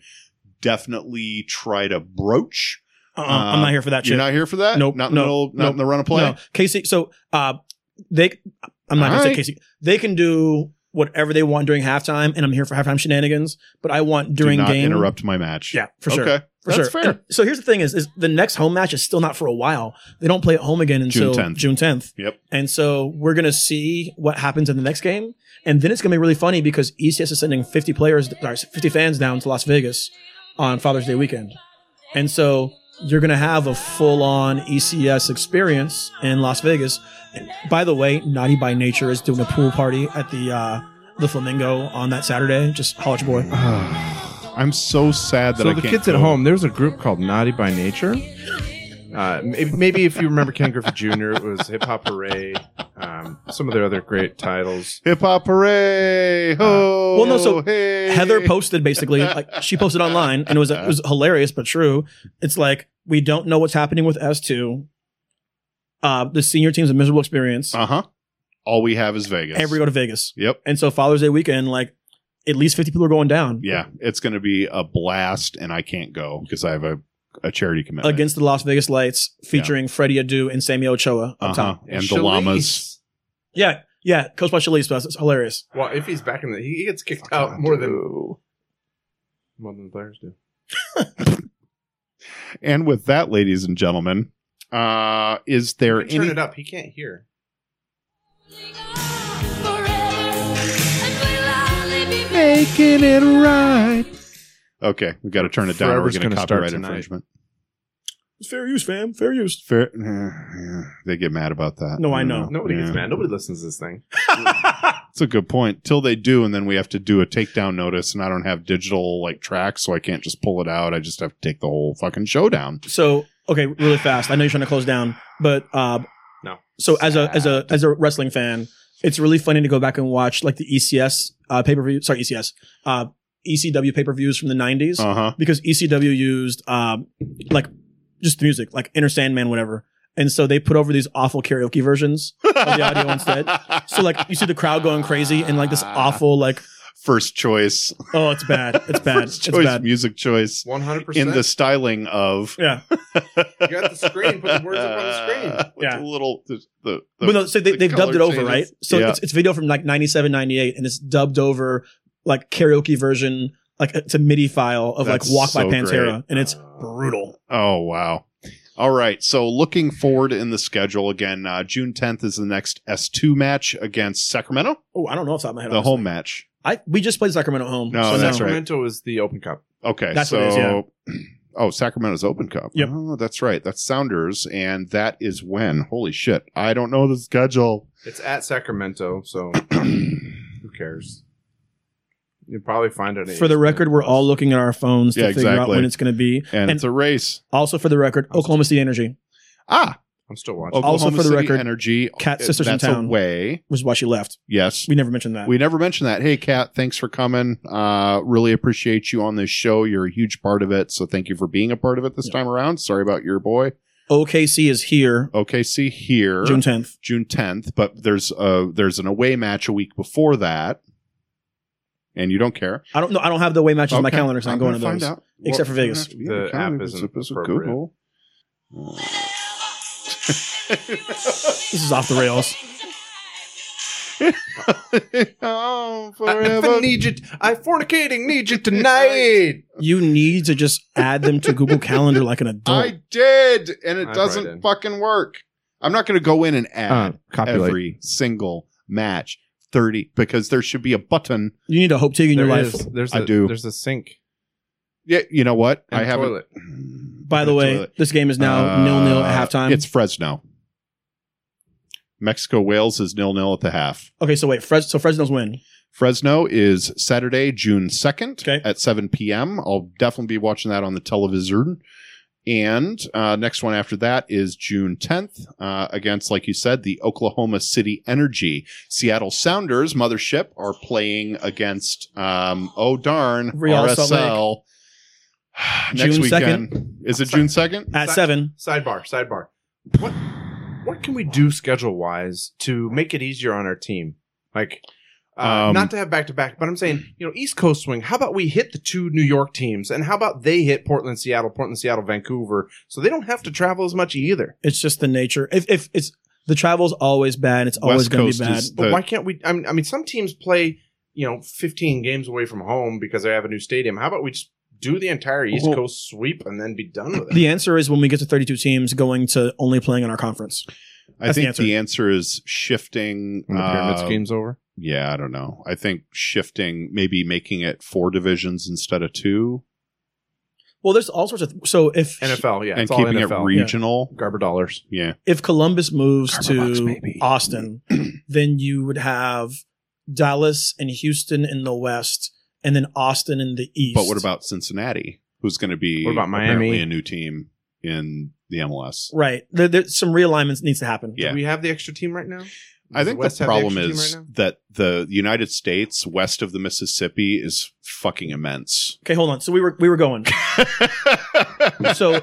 definitely try to broach. Uh-uh, I'm not here for that shit. Uh, You're not here for that? Nope, Not in the no, middle, not nope, in the run of play. No, Casey. So uh, they, I'm not gonna say Alright. Casey. They can do whatever they want during halftime, and I'm here for halftime shenanigans. But I want during do not game. interrupt my match. Yeah, for sure. Okay. <sighs> For That's sure. fair. And so here's the thing: is, is the next home match is still not for a while. They don't play at home again until June 10th. June 10th. Yep. And so we're gonna see what happens in the next game, and then it's gonna be really funny because ECS is sending 50 players, sorry, 50 fans down to Las Vegas on Father's Day weekend, and so you're gonna have a full-on ECS experience in Las Vegas. And by the way, Naughty by Nature is doing a pool party at the uh, the Flamingo on that Saturday. Just holla at your boy. I'm so sad that so I the can't kids at go. home, there was a group called Naughty by Nature. Uh, maybe, maybe if you remember Ken Griffey Jr., it was Hip Hop Hooray. Um, some of their other great titles. Hip hop hooray! Ho, Uh, well, no, so hey. Heather posted basically like she posted online and it was it was hilarious but true. It's like we don't know what's happening with S two. Uh, the senior team's a miserable experience. Uh huh. All we have is Vegas. Every go to Vegas, Yep. and so Father's Day weekend, like at least fifty people are going down. Yeah, it's going to be a blast, and I can't go because I have a, a charity commitment. Against the Las Vegas Lights, featuring Freddie Adu and Sammy Ochoa up Uh-huh. top. and the llamas. Yeah, yeah, coached by Shalise, but it's hilarious. Well, if he's back in the, he gets kicked out more than more than the players do. And with that, ladies and gentlemen, uh, is there Turn any? it up. He can't hear. Making it right. Okay, we got to turn it down. or We're Forever's going to gonna start copyright tonight. infringement. It's fair use, fam. Fair use. Fair, eh, yeah, they get mad about that. No, I don't know. Nobody Yeah. gets mad. Nobody listens to this <laughs> thing. That's a good point. Till they do, and then we have to do a takedown notice, and I don't have digital like tracks, so I can't just pull it out. I just have to take the whole fucking show down. So okay, really fast. I know you're trying to close down, but uh, No. So as a as a as a wrestling fan, it's really funny to go back and watch like the ECS uh, pay per view. Sorry, ECS uh, ECW pay per views from the '90s Uh huh. because ECW used um, like just the music, like Inner Sandman, whatever. And so they put over these awful karaoke versions. the audio instead. So like you see the crowd going crazy <laughs> and like this Ah. awful like first choice, oh it's bad it's <laughs> bad first it's choice bad music choice One hundred in percent. the styling of. yeah. you got the screen. Put the words up on the screen. <laughs> With Yeah. the little the, the, the- Well, no, so they, the they've dubbed it color over, changes. right? So Yeah. it's, it's video from like 97, 98, and it's dubbed over like karaoke version. Like it's a MIDI file of That's like Walk by so Pantera, great. and it's brutal. Oh wow. All right. So looking forward in the schedule again. Uh, June 10th is the next S2 match against Sacramento, Oh, I don't know off the top of my head. the honestly. home match. I we just played Sacramento home. No, so Oh, that's right. Sacramento is the Open Cup. Okay, That's so what it is, <clears throat> oh, Sacramento's Open Cup. Yep. Oh, that's right. That's Sounders, and that is when. Holy shit! I don't know the schedule. <clears throat> It's at Sacramento, so yeah, who cares? You'll probably find it on E For the ESPN+. record, we're all looking at our phones to Yeah, figure out exactly. when it's going to be. and, And- it's a race. Also, for the record, Oklahoma City Energy, Ah, I'm still watching. Oklahoma for the City record, Energy. Cat Uh, Sisters in that's town. Away. which is why she left. Yes. We never mentioned that. We never mentioned that. Hey, Kat, thanks for coming. Uh, really appreciate you on this show. You're a huge part of it. So thank you for being a part of it this Yeah. time around. Sorry about your boy. OKC is here Okay, see here. June 10th. June 10th, but there's a there's an away match a week before that. And you don't care. I don't know. I don't have the way matches on my Okay, calendar, so I'm, going to gonna those. find out. Except for Vegas. Yeah, The calendar app is- isn't is appropriate. <laughs> <laughs> Google. Oh, This is off the rails. I oh, forever. need you. I fornicating need you <laughs> tonight. You need to just add them to Google Calendar like an adult. I did, and it I brought it doesn't in. fucking work. I'm not going to go in and Uh, add copyright. every single match 30 because there should be a button. you need a hope tig in your There life. is- There's I a- do. There's a sink. Yeah, you know what? And I haven't. <sighs> toilet. By the way, Toilet. this game is now Uh, nil nil at halftime. It's Fresno. Mexico Wales is nil nil at the half. Okay, so wait, Fres- so Fresno's win. Fresno is Saturday, June 2nd Okay. at 7 p.m. I'll definitely be watching that on the television. And uh, next one after that is June 10th uh, against, like you said, the Oklahoma City Energy. Seattle Sounders, Mothership, are playing against, um, oh darn, Real Salt Lake. RSL. <sighs> next June weekend. Is it June 2nd? At Si- seven, Sidebar, sidebar. What what can we do schedule wise to make it easier on our team? Like uh, Um, not to have back to back, but I'm saying, you know, East Coast swing. How about we hit the two New York teams, and how about they hit Portland, Seattle, Portland, Seattle, Vancouver, so they don't have to travel as much either. it's just the nature. If if it's the travel's always bad, it's always West going to Coast be bad. is But the- why can't we? I mean, I mean, some teams play, you know, 15 games away from home because they have a new stadium. How about we just do the entire East Well- Coast sweep and then be done with it? The answer is when we get to 32 teams going to only playing in our conference. I That's the think answer. the answer is shifting. When the pyramid uh, scheme's over. Yeah, I don't know. I think shifting, maybe making it four divisions instead of two, Well, there's all sorts of so if NFL, yeah, and it's all keeping it NFL. regional. Garber dollars. Yeah. if Columbus moves Box, to baby. <clears throat> Austin, then you would have Dallas and Houston in the west and then Austin in the east. But what about Cincinnati, who's going to be What about Miami? apparently a new team in the MLS? Right. There, there's some realignments needs to happen. Yeah. Do we have the extra team right now? I Does think West the have problem extra team is right now? that the United States west of the Mississippi is <laughs> fucking immense. Okay, hold on. So we were we were going. <laughs> So, we were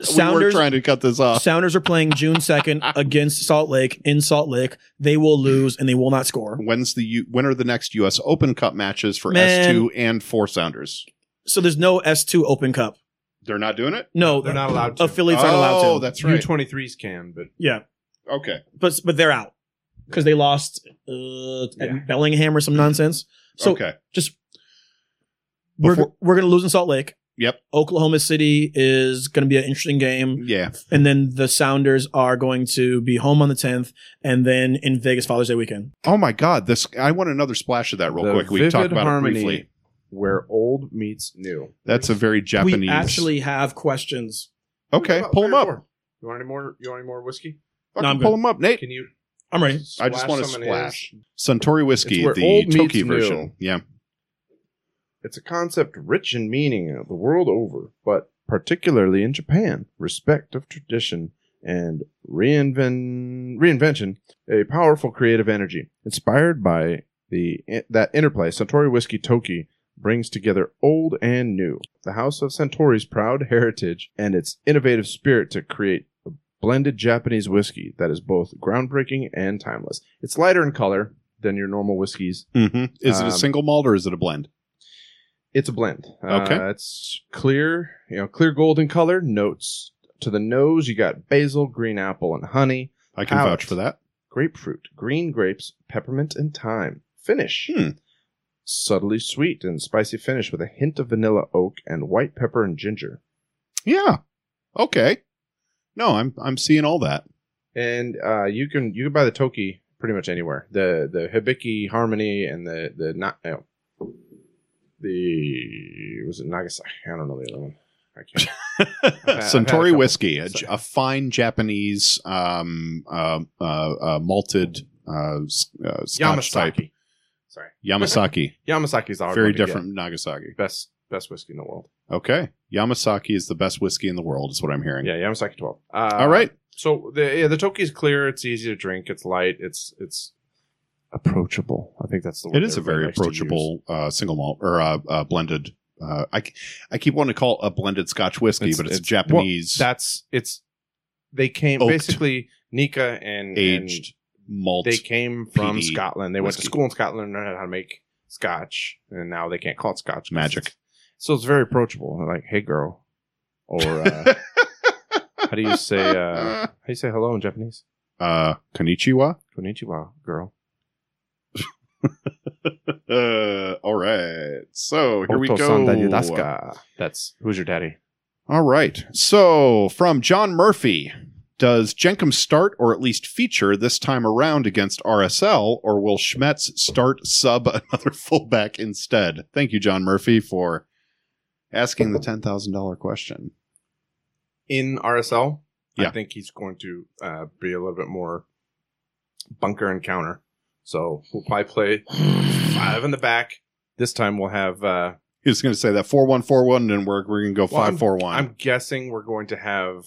Sounders- trying to cut this off. Sounders are playing June <laughs> 2nd against Salt Lake in Salt Lake. They will lose and they will not score. When's the U- when are the next U.S. Open Cup matches for Man. S two and four Sounders? So there's no S2 Open Cup. They're not doing it. No, They're not allowed to. Affiliates aren't allowed oh, to. that's U right. twenty threes can, but yeah. Okay. But but they're out because they lost uh, Yeah. at Bellingham or some nonsense. So okay. we're, Before- we're going to lose in Salt Lake. Yep. Oklahoma City is going to be an interesting game. Yeah. And then the Sounders are going to be home on the 10th and then in Vegas Father's Day weekend. Oh my God! This I want another splash of that real The quick. We talked vivid about harmony it briefly. where old meets new. That's a very Japanese. We actually have questions. okay. Pull them up. You want any more? You want any more whiskey? No, I'm Fucking pull good. them up, Nate. Can you? I'm ready. I just want to some in splash his? Suntory whiskey, It's where the old meets Toki new. version. Yeah. It's a concept rich in meaning uh, the world over, but particularly in Japan, respect of tradition and reinven- reinvention, a powerful creative energy inspired by the eh, that interplay. Santori Whiskey Toki brings together old and new, the house of Santori's proud <laughs> heritage and its innovative spirit to create a blended Japanese whiskey that is both groundbreaking and timeless. It's lighter in color than your normal whiskeys hmm Mm-hmm. Is it Um, a single malt or is it a blend? it's a blend. Okay. Uh, it's clear, you know, clear golden color notes to the nose. You got basil, green apple, and honey, I can palate. vouch for that. grapefruit, green grapes, peppermint, and thyme. Finish. Hmm. Subtly sweet and spicy finish with a hint of vanilla oak and white pepper and ginger. Yeah. Okay. No, I'm I'm seeing all <laughs> that. And uh, you can you can buy the Toki pretty much anywhere. The the Hibiki Harmony and the the not no, the was it Nagasaki? I don't know the other one. I <laughs> can't. had- I've had a Suntory couple. whiskey, a, j- a fine Japanese um, uh, uh, uh, malted uh, s- uh, Scotch type. <laughs> Yamasaki. Sorry. Yamasaki. Yamasaki's already Very different from Nagasaki. Best best whiskey in the world. Okay. Yamasaki is the best whiskey in the world, is what I'm hearing. Yeah, Yamasaki twelve. Uh, All right. So the yeah, the Toki's clear. It's easy to drink. It's light. It's it's approachable. I think that's the. It word is a everybody very likes to use. approachable uh, single malt or uh, uh, blended. Uh, I, c- I keep wanting to call it a blended Scotch whiskey, It's- but it's, it's- Japanese That's it's. They came Oaked. basically Nika and aged and malt. they came from PD Scotland. They went to whiskey. school in Scotland and learned how to make scotch, and now they can't call it scotch. 'cause Magic. it's- So it's very approachable. Like, hey, girl, or <laughs> uh, how do you say uh, how do you say hello in Japanese? uh, Konnichiwa. <laughs> Konnichiwa, girl. Uh, all right. So here we Oto-san go. dayudasuka. That's who's your daddy? All right. So from John Murphy. Does Jenkum start or at least feature this time around against RSL, or will Schmetz start sub <laughs> another fullback instead? Thank you, John Murphy, for asking the $10,000 question. In RSL, Yeah. I think he's going to uh, be a little bit more bunker and counter. So we'll probably play five in the back. This time we'll have. Uh, He was going to say that four one four one, and we're we're going to go Well, I'm- five four one. I'm guessing we're going to have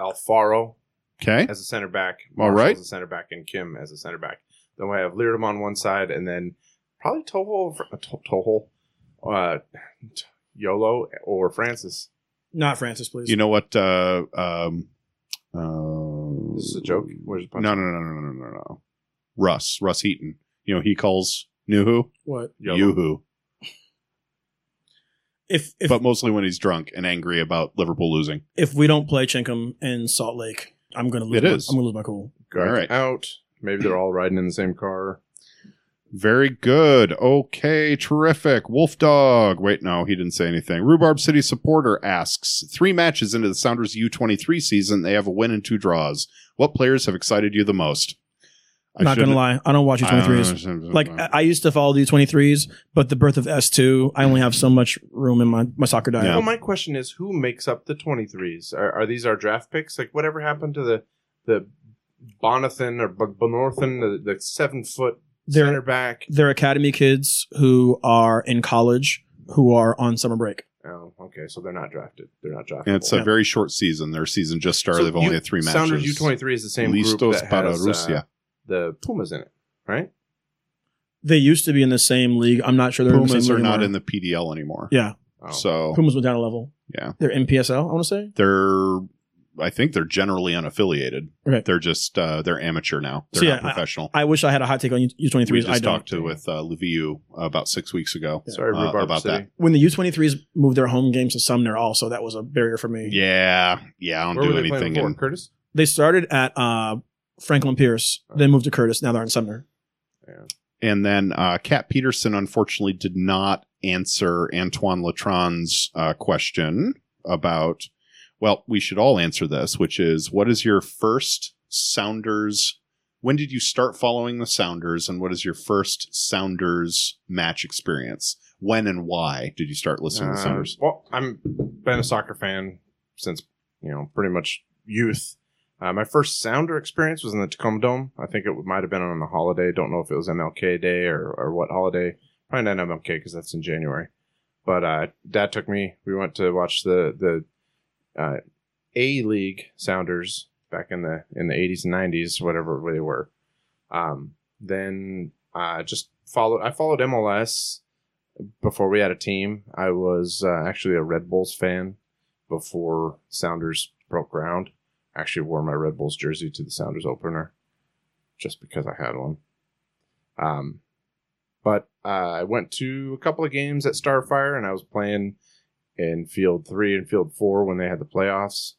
Alfaro Okay, as a center back. All Marshall right. As a center back and Kim as a center back. Then we have Leardom on one side and then probably Toho, uh, To- Toho, uh, T- Yolo or Francis. Not Francis, please. you know what? Uh, um, uh, This is a joke. Where's the punch? No, no, no, no, no, no, no, no. Russ, Russ Heaton. You know he calls Nuhu what? Yolo. Yuhu, If if but mostly when he's drunk and angry about Liverpool losing. if we don't play Chinkum in Salt Lake, I'm gonna lose. It my, is. I'm gonna lose my cool. Guard All right. Out. Maybe they're all riding in the same car. Very good. Okay, terrific. Wolf Dog. Wait, no, he didn't say anything. Rhubarb City supporter asks: Three matches into the Sounders U23 season, they have a win and two draws. What players have excited you the most? Not gonna lie, I don't watch you 23s. Like uh, uh, I, I used to follow the 23s, but the birth of S2, I only have so much room in my, my soccer diet. Yeah. Well, my question is, who makes up the 23s? Are, are these our draft picks? Like, whatever happened to the the Bonathan or B- Bonorthan, the, the seven foot They're- center back? They're academy kids who are in college who are on summer break. Oh, okay, so they're not drafted. They're not drafted. uh, and it's a very short season. Their season just started. They've only had three matches. Sounders U twenty three is the same group Listos that para has, uh, Rusia. the Pumas in it, right? They used to be in the same league. I'm not sure they're in the Pumas same are league not anymore. in the PDL anymore. Yeah, Oh. So Pumas went down a level. Yeah. they're in PSL. I want to say. they're, I think they're generally unaffiliated. Okay. They're just uh, they're amateur now. They're So, yeah, not professional. I wish I had a hot take on U23s. we I just don't. talked to with uh, Liviu about six weeks ago. Yeah. Sorry, Uh, Rhubarb about City. when the U23s moved their home games to Sumner, also that was a barrier for me. Yeah, yeah, I don't Where were do they playing anything. before? in- Curtis. They started at uh, Franklin Pierce, then moved to Curtis. Now they're in Sumner. and then uh, Kat Peterson unfortunately did not answer Antoine Latron's uh, question about. Well, we should all answer this, which is, what is your first Sounders? When did you start following the Sounders, and what is your first Sounders match experience? When and why did you start listening to the Uh, Sounders? Well, I'm been a soccer fan since you know pretty much youth. Uh, my first Sounder experience was in the Tacoma Dome. I think it might have been on a holiday. Don't know if it was MLK Day or, or what holiday. Probably not MLK because that's in January. But uh, Dad took me. We went to watch the the uh, A League Sounders back in the in the 80s and 90s, whatever they were. Um, then uh, just followed. I followed MLS before we had a team. I was uh, actually a Red Bulls fan before Sounders broke ground. I actually wore my Red Bulls jersey to the Sounders opener just because I had one. Um, but uh, I went to a couple of games at Starfire and I was playing in field three and field four when they had the playoffs.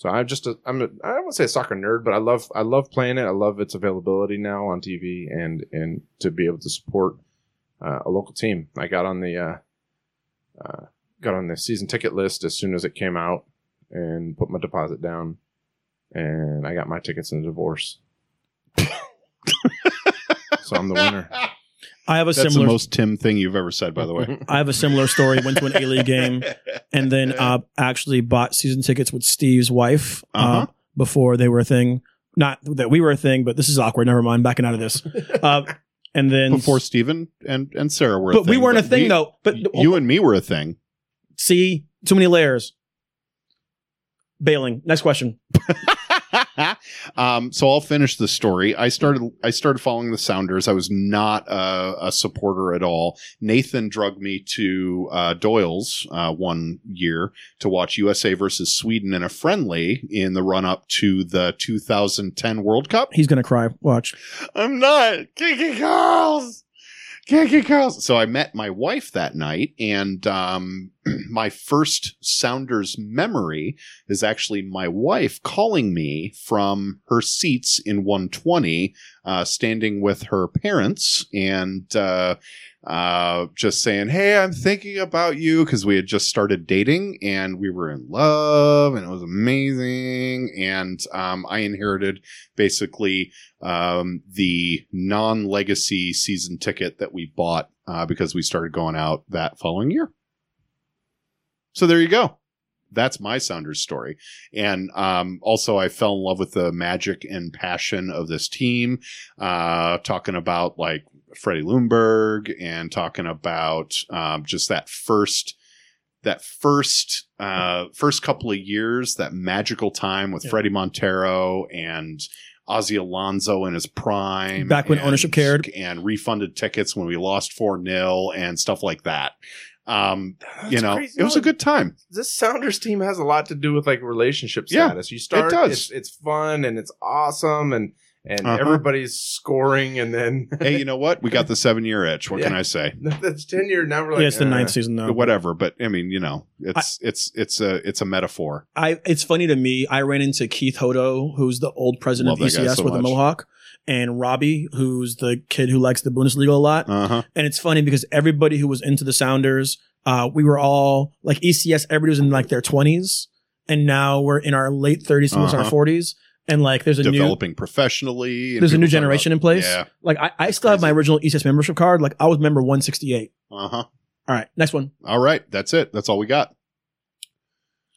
So I'm just a, I'm a I wouldn't say a soccer nerd, but I love I love playing it. I love its availability now on TV and and to be able to support uh, a local team. I got on the uh, uh, got on the season ticket list as soon as it came out and put my deposit down, and I got my tickets in a divorce. so I'm the winner. I have a That's similar. the most Tim thing you've ever said, by the way. I have a similar story. Went to an A <laughs> League <laughs> game and then uh, actually bought season tickets with Steve's wife uh, Uh-huh. before they were a thing. Not that we were a thing, but this is awkward. Never mind. Backing out <laughs> of this. Uh, and then before Steven and, and Sarah were a but thing. we weren't a thing we- though. But oh, you and me were a thing. see, too many layers. Bailing. Next question. <laughs> um, so I'll finish the story. I started I started following the Sounders. I was not a, a supporter at all. Nathan drug me to uh, Doyle's uh, one year to watch USA versus Sweden in a friendly in the run up to the 2010 World Cup. He's gonna cry. Watch. I'm not Kiki Carls. Kiki Carls. So I met my wife that night, and um, <clears throat> my first Sounders memory is actually my wife calling me from her seats in 120, uh, standing with her parents, and uh, uh, just saying, "Hey, I'm thinking about you," because we had just started dating and we were in love, and it was amazing. And um, I inherited basically um, the non legacy season ticket that we bought uh, because we started going out that following year. So there you go. that's my Sounders story. And um, also, I fell in love with the magic and passion of this team. Uh, talking about like Freddie Lundberg and talking about um, just that first. That first uh, first couple of years, that magical time with Yeah. Freddie Montero and Ozzy Alonso in his prime. Back when and- ownership cared. And refunded tickets when we lost 4 0 and stuff like that. Um, <laughs> That's you know, crazy. it was a No, good time. This Sounders team has a lot to do with like relationship Yeah, status. You start, does. It's, it's fun and it's awesome, and and Uh-huh. everybody's scoring, and then Hey, you know what? We got the seven year itch. What can Yeah. I say? <laughs> that's ten year. Now we're like yeah, it's the uh, ninth season though. Whatever, but I mean, you know, it's it's it's a it's a metaphor. I it's funny to me. I ran into Keith Hodo, who's the old president Love of that guy ECS so with a much. mohawk, and Robbie, who's the kid who likes the Bundesliga a lot. Uh huh. and it's funny because everybody who was into the Sounders, uh, we were all like ECS. Everybody was in like their twenties, and now we're in our late thirties, almost Uh-huh. our forties, and like there's a new Developing professionally. and there's a new people talking generation in place. Yeah. Like I, I still have my crazy. original ECS membership card. Like I was member 168. About, uh huh. All right, next one. All right, that's it. That's all we got.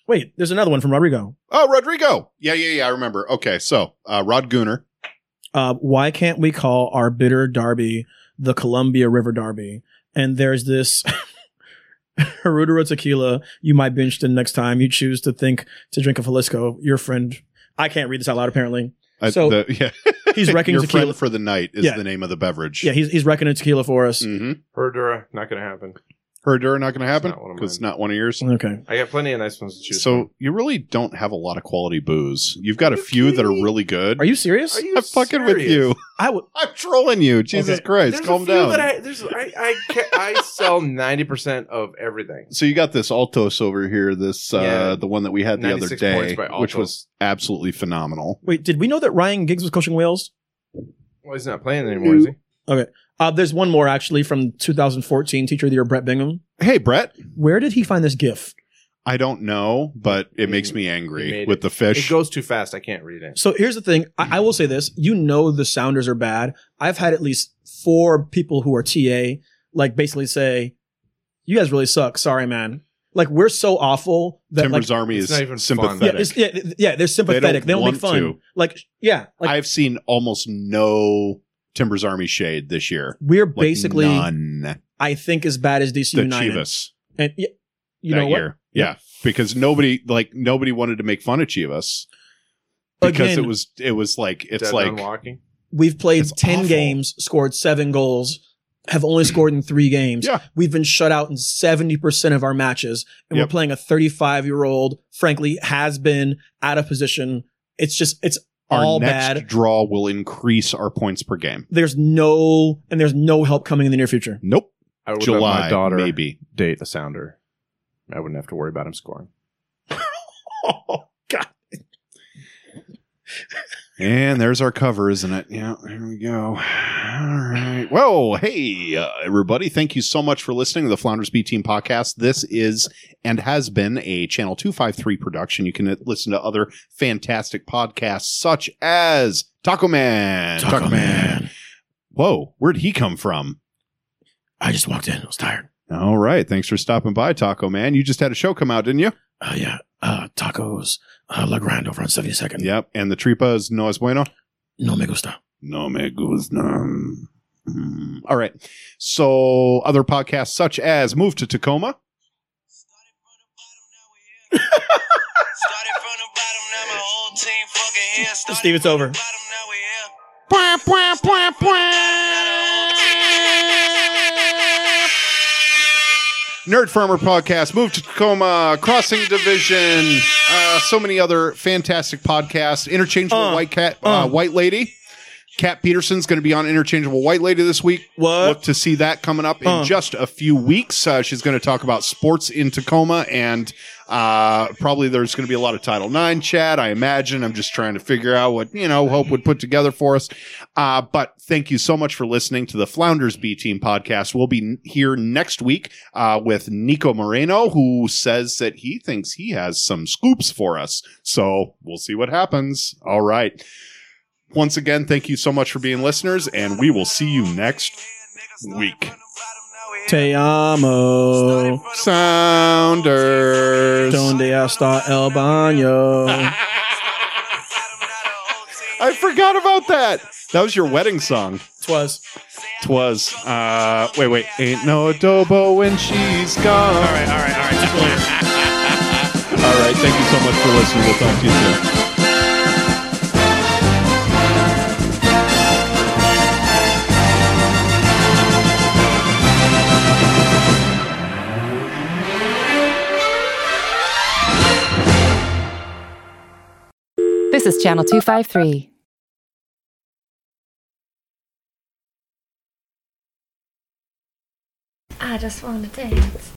Wait, there's another one from Rodrigo. Oh, Rodrigo. Yeah, yeah, yeah. I remember. Okay, so uh, Rod Gooner. Uh, why can't we call our bitter derby the Columbia River Derby? And there's this <laughs> Herudero tequila. You might binge the next time you choose to think to drink a Jalisco. Your friend, I can't read this out loud. Apparently, I- So- Uh, the- <laughs> yeah, He's wrecking your tequila. friend for the night is Yeah. the name of the beverage. yeah, he's he's wrecking a tequila for us. Mm-hmm. Herdura, not going to happen. Herdura not going to happen not one of because it's mine. not one of yours. Okay, I got plenty of nice ones to choose. So you really don't have a lot of quality booze. You've got a Are you few that kidding are me? really good. are you serious? Are you I'm fucking with serious? you. I would. <laughs> I'm trolling you. Jesus Okay. Christ, There's a calm few down. That I, there's, I, I, ca- I sell ninety percent of everything. so you got this Altos over here, this uh Yeah. the one that we had the other 96 points day, by which Altos. was absolutely phenomenal. Wait, did we know that Ryan Giggs was coaching Wales? Well, he's not playing anymore, is he? Uh, there's one more actually from 2014 Teacher of the Year Brett Bingham. Hey Brett, Where did he find this GIF? I don't know, but it He- makes me he angry made with the It fish. goes too fast. I can't read it. So here's the thing. I, I will say this. You know the Sounders are bad. I've had at least four people who are TA like basically say, "You guys really suck. Sorry, man. Like we're so awful that Timber's like army It's is not even fun. yeah, sympathetic. it's, yeah, th- yeah, they're sympathetic. They don't, want make fun. to. Like yeah, like I've seen almost no Timber's army shade this year. we're Like, basically none. I think as bad as DC The United. Chivas And y- you that know what? year. Yeah. Because nobody like nobody wanted to make fun of Chivas. Because Again- it was it was like it's Dead like Man walking. We've played It's 10 awful. Mm. games, scored seven goals, have only scored in three games. Yeah. We've been shut out in 70% of our matches, and Yep. we're playing a 35 year old, frankly, has been out of position. It's just, it's our all next bad. draw will increase our points per game. There's no, and there's no help coming in the <laughs> near future. Nope. I would July, let my daughter maybe. date a sounder. I wouldn't have to worry about him scoring. Oh, God. And there's our cover, isn't it? Yeah, there we go. All right. Well, hey, uh, everybody. Thank you so much for listening to the Flounders B Team podcast. This is and has been a Channel 253 production. You can uh, listen to other fantastic podcasts such as Taco Man. Whoa, where'd he come from? I just walked in. I was tired. All right. Thanks for stopping by, Taco Man. You just had a show come out, didn't you? Uh, yeah. Uh, tacos, uh, La Grande over on 72nd. Yep. And the tripa is no es bueno. No me gusta. No me gustan. Mm. All right. So other podcasts such as Move to Tacoma. Started from the bottom, now my whole team fucking here. Started Steve, it's from over. the bottom, now we here. Nerd Farmer Podcast, Move to Tacoma, Crossing Division, uh, so many other fantastic podcasts. Interchangeable Uh, White Cat, uh, uh. White Lady. Cat Peterson's going to be on Interchangeable White Lady this week. What? Look to see that coming up in Uh. just a few weeks. Uh, she's going to talk about sports in Tacoma, and uh, probably there's going to be a lot of Title IX chat. I imagine. I'm just trying to figure out what you know Hope would put together for us. Uh, but thank you so much for listening to the Flounders B Team podcast. We'll be n- here next week uh, with Nico Moreno, who says that he thinks he has some scoops for us. So we'll see what happens. All right. Once again, thank you so much for being listeners, and we will see you next week. Started from the bottom, now we Teamo. Sounders. Donde hasta <laughs> el baño. I forgot about that. That was your wedding song. Twas. Twas. Uh, wait, wait. Ain't no adobo when she's gone. All right, all right, all right. <laughs> all right. Thank you so much for listening. We'll talk to you soon. This is Channel 253. I just want to dance.